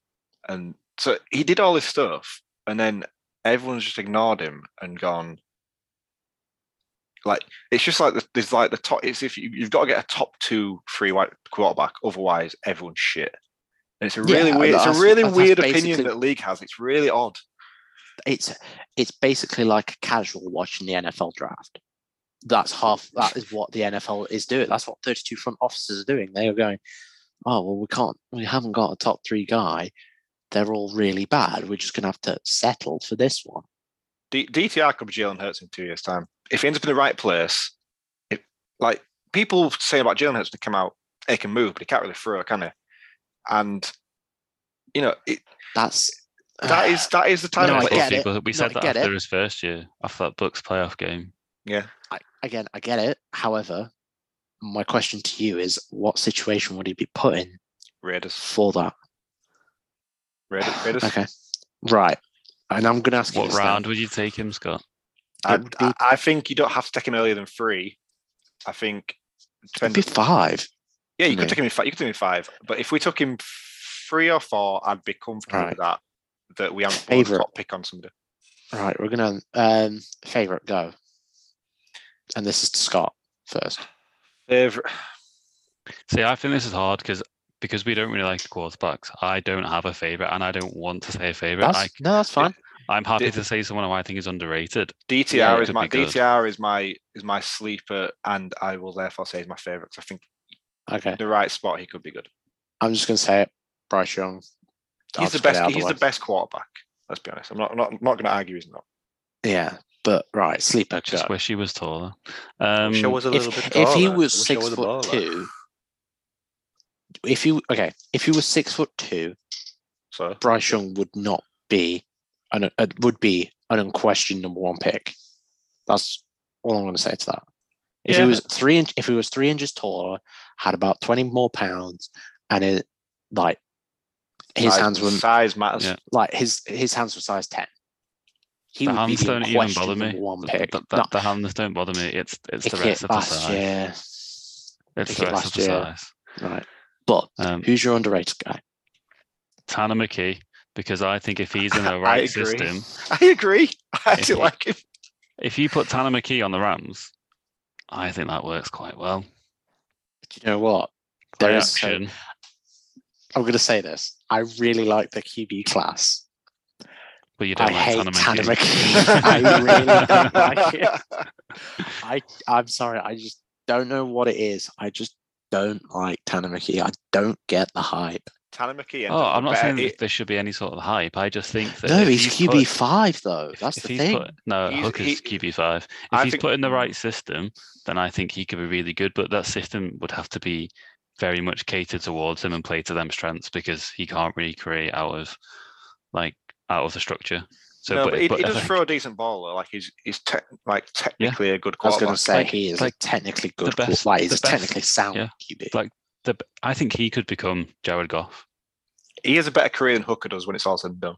And so he did all this stuff, and then everyone's just ignored him and gone. Like it's just like the, there's like the top. It's if you, you've got to get a top two, three white quarterback, otherwise everyone's shit. And it's a Yeah, really weird. It's that's- a really that's weird opinion basically- that league has. It's really odd. It's it's basically like a casual watching the NFL draft. That's half. That is what the NFL is doing. That's what thirty-two front officers are doing. They are going, oh well, we can't. We haven't got a top three guy. They're all really bad. We're just gonna have to settle for this one. D- DTR could be Jalen Hurts in two years' time. If he ends up in the right place, it, like people say about Jalen Hurts to come out, he can move, but he can't really throw, can he? And you know, it, That's that is that is the time. No, and I place. get it. We No, I said that get after it. his first year, after that Bucks playoff game. uh, I, again. I get it. However, my question to you is, what situation would he be put in Raiders, for that? Raiders, Raiders. Okay, right. And I'm gonna ask you What this now. round would you take him, Scott? I, It would be- I- I think you don't have to take him earlier than three. I think It'd depends. be five. yeah, you no. could take him in five. You could take him in five, but if we took him three or four, I'd be comfortable with that. That we haven't put a Favourite. top pick on somebody. Right, we're gonna um favorite go. And this is to Scott first. Favourite. See, I think this is hard because because we don't really like the quarterbacks. I don't have a favorite, and I don't want to say a favorite. That's, I, no, that's fine. I'm happy Did- to say someone who I think is underrated. DTR Yeah, it is could my be good. DTR is my is my sleeper, and I will therefore say is my favourite. 'cause I think Okay, the right spot he could be good. I'm just gonna say it. Bryce Young. I'll He's the just get it best. out of He's the way. best quarterback. Let's be honest. I'm not I'm not, I'm not going to argue. He's not. Yeah, but right, sleeper Just go. wish he was taller. Um, Um, Show was a little If, bit. if he taller. was Wish I six was a foot baller. two, if you okay, if he was six foot two, so Bryce Young would not be an uh, would be an unquestioned number one pick. That's all I'm going to say to that. If Yeah. he was three inch, if he was three inches taller, had about twenty more pounds, and it like his size, hands were size matters. Yeah. like his his hands were size ten. He the would hands be the don't even unquestioned bother me. number one The- pick. The, the- No, the hands don't bother me. It's it's the rest it hit of the last size. year, It's It the rest hit of last the year. size. right? But Um, who's your underrated guy? Tanner McKee because I think if he's in the I right agree. system, I agree. I actually Yeah. like him. if you put Tanner McKee on the Rams, I think that works quite well. Do you know what? Play There is so- action. I'm going to say this. I really like the QB class. But you I don't like hate Tanner Tanner McKee. McKee. I really don't like it. I I'm sorry, I just don't know what it is. I just don't like Tanner McKee. I don't get the hype. Tanner McKee. ended Oh, up I'm not better- saying he- that there should be any sort of hype. I just think that No, if he's you QB put- five though. That's if the he's thing. Put, no, He's- Hooker's he- QB five. If I he's think- put in the right system, then I think he could be really good. But that system would have to be very much catered towards him and play to them strengths because he can't really create out of like out of the structure. So, no, but, he, he if does I- throw a decent ball though. Like he's he's te- like technically a good I was going quarterback. to say like- he is like a technically good, best- quarterback. like, he's the a best- technically sound yeah. QB. Like- the, I think he could become Jared Goff. He has a better career than Hooker does when it's all said and done.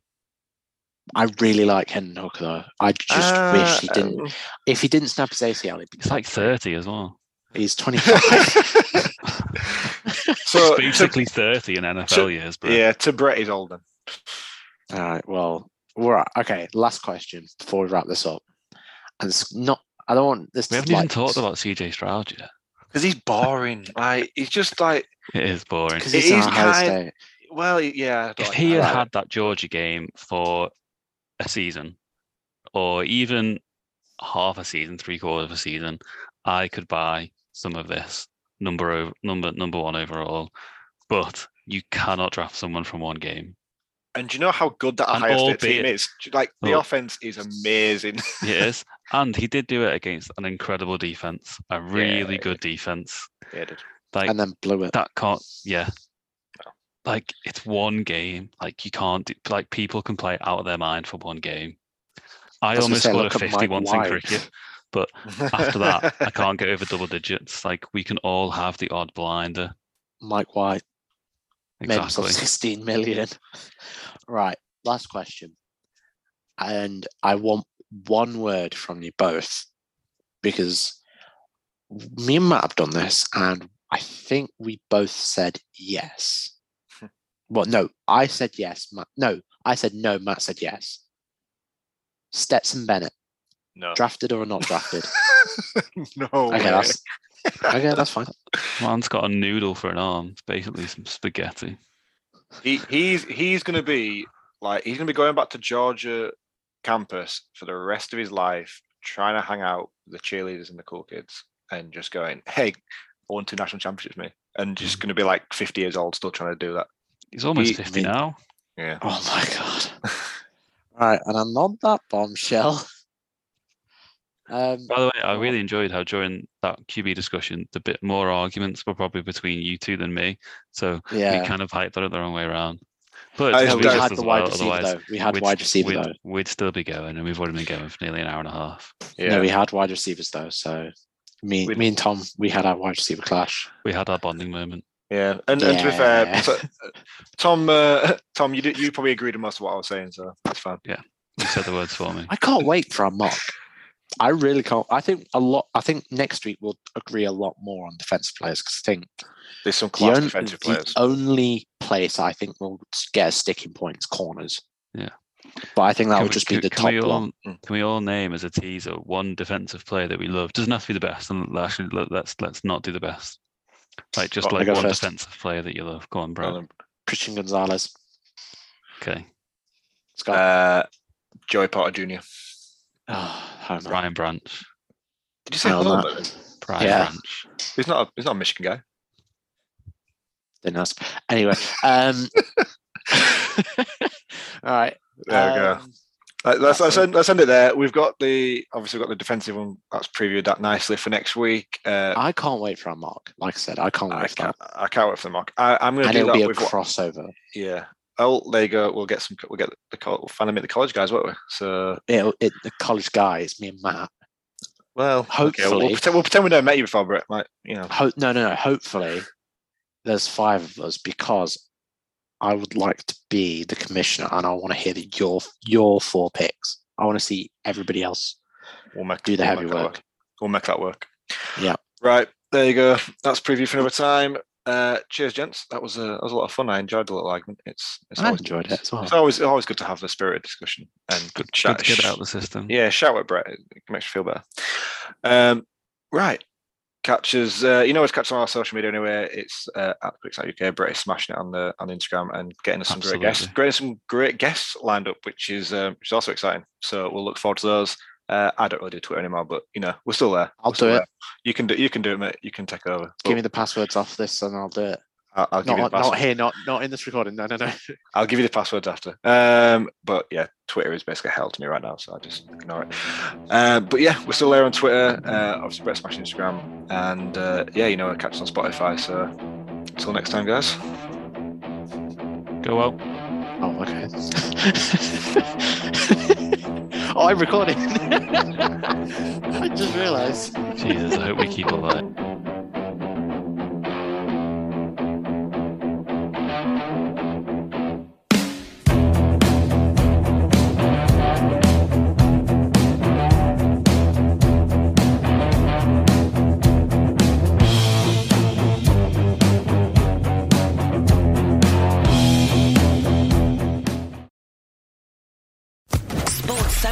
I really like Hendon Hooker though. I just wish he Uh, didn't. um, If he didn't snap his ACL, he'd be It's like thirty as well. he's 25. so He's to, basically thirty in NFL years, but yeah, to Brett he's old then. All right. Uh, Well, we're at- okay. Last question before we wrap this up, and it's not. I don't want this. we to, haven't even like, talked about CJ Stroud yet. because he's boring. like he's just like It is boring. because It he's is Ohio kind- State. well, yeah. I don't if like he that. had Right. had that Georgia game for a season, or even half a season, three quarters of a season, I could buy some of this number over number number one overall. But you cannot draft someone from one game. And do you know how good that And Ohio State team albeit- is? Do- Like the Oh. offense is amazing. Yes, and he did do it against an incredible defense, a really good defense. yeah, dude. Like and then blew it. that can't yeah like it's one game like you can't do, like people can play out of their mind for one game i That's what I almost say, scored a look at 50 Mike once White. in cricket after that i can't get over double digits like we can all have the odd blinder Mike White made himself exactly 16 million. right. Last question, and I want one word from you both because me and Matt have done this, and I think we both said yes. Well, no, I said yes. Matt, no, I said no. Matt said yes. Stetson Bennett, no. drafted or not drafted? no. Okay, way. that's okay. That's fine. man's got a noodle for an arm it's basically some spaghetti he, he's he's going to be like he's going to be going back to Georgia campus for the rest of his life, trying to hang out with the cheerleaders and the cool kids, and just going, "Hey, I won two national championships, me," and just going to be like 50 years old, still trying to do that. he's almost He- 50 he- now Yeah. Oh my god! All right, and I'm on that bombshell. Um, by the way i Oh. really enjoyed how during that qb discussion the bit more arguments were probably between you two than me so we yeah, kind of hyped that the wrong way around but I it's no, think we good that's- had as the well, wide receiver otherwise- though. We had we'd- wide receiver we'd, though. we'd still be going, and we've already been going for nearly an hour and a half. Yeah. No, we had wide receivers though. So me, We'd- me and Tom, we had our wide receiver clash. We had our bonding moment. Yeah, and, and to be Yeah. fair, so- Tom, uh, Tom, you did, you probably agreed with most of what I was saying, so that's fine. You said the words for me. I can't wait for our mock. I really can't. I think a lot. I think next week we'll agree a lot more on defensive players because I think There's some the, class on- defensive the players. only place I think we'll get a sticking point is corners. Yeah. but I think that Can will we- just be can- the can top Mm. we one. all- Can we all name as a teaser one defensive player that we love? Doesn't have to be the best, and actually let- let's let's not do the best. Like just Oh, I like go one first. defensive player that you love. Go on, bro. Um, Christian Gonzalez, Okay, Scott, Uh, Joey Potter Jr. Did oh, home run. Brian Branch. you say Hell, hello? no. David? Brian Yeah. Branch. He's not. A, he's not a Michigan guy. Didn't ask. Anyway, um, all right. There we go. um, Let- Let's, let's, That's it. end, let's end it there. We've got the obviously we've got the defensive one that's previewed that nicely for next week. Uh, I can't wait for our mock. Like I said, I can't wait I for can't that. I can't wait for the mock. I, I'm going to And do it'll be that a with what, crossover. yeah. Oh, there you go. We'll get some. We'll get the col- we'll finally meet the college guys, won't we? So It'll, it, the college guy, it's me and Matt. well, okay, we'll- Hopefully. we'll, pretend, we'll pretend we never met you before, Brett. Like you know, Hope no, no, no. Hopefully, there's five of us because I would like to be the commissioner, and I want to hear the, your your four picks. I want to see everybody else we'll make do the we'll heavy make that work. We'll make that work. Yeah. Right there you go. That's preview for another time. Uh, cheers, gents. That was a that was a lot of fun. I enjoyed the little argument. It's it's I always enjoyed it as well. It's always always good to have a spirited discussion and Good, shout- good to get it sh- out of the system. Yeah, shout at Brett. It makes you feel better. Um, right. Catches, uh, you know, it's catch us on our social media anyway. It's uh, at Quickside UK. Brett is smashing it on the on Instagram and getting us some great guests, Absolutely. getting some great guests lined up, which is um, which is also exciting. So we'll look forward to those. Uh, I don't really do Twitter anymore, but you know, we're still there. I'll We're still do it. there. You can do, you can do it, mate. You can take over. Give me the passwords off this and I'll do it. I'll, oh. I'll give you Not, the password. not here, not not in this recording. No, no, no. I'll give you the passwords after. Um, but yeah, Twitter is basically hell to me right now, so I just ignore it. Um, but yeah, we're still there on Twitter. Uh, obviously, Brett Smash Instagram, and uh, yeah, you know, catch us on Spotify. So until next time, guys. Go out. Oh, okay. oh, I'm recording. I just realised. Jesus, I hope we keep all that. Sports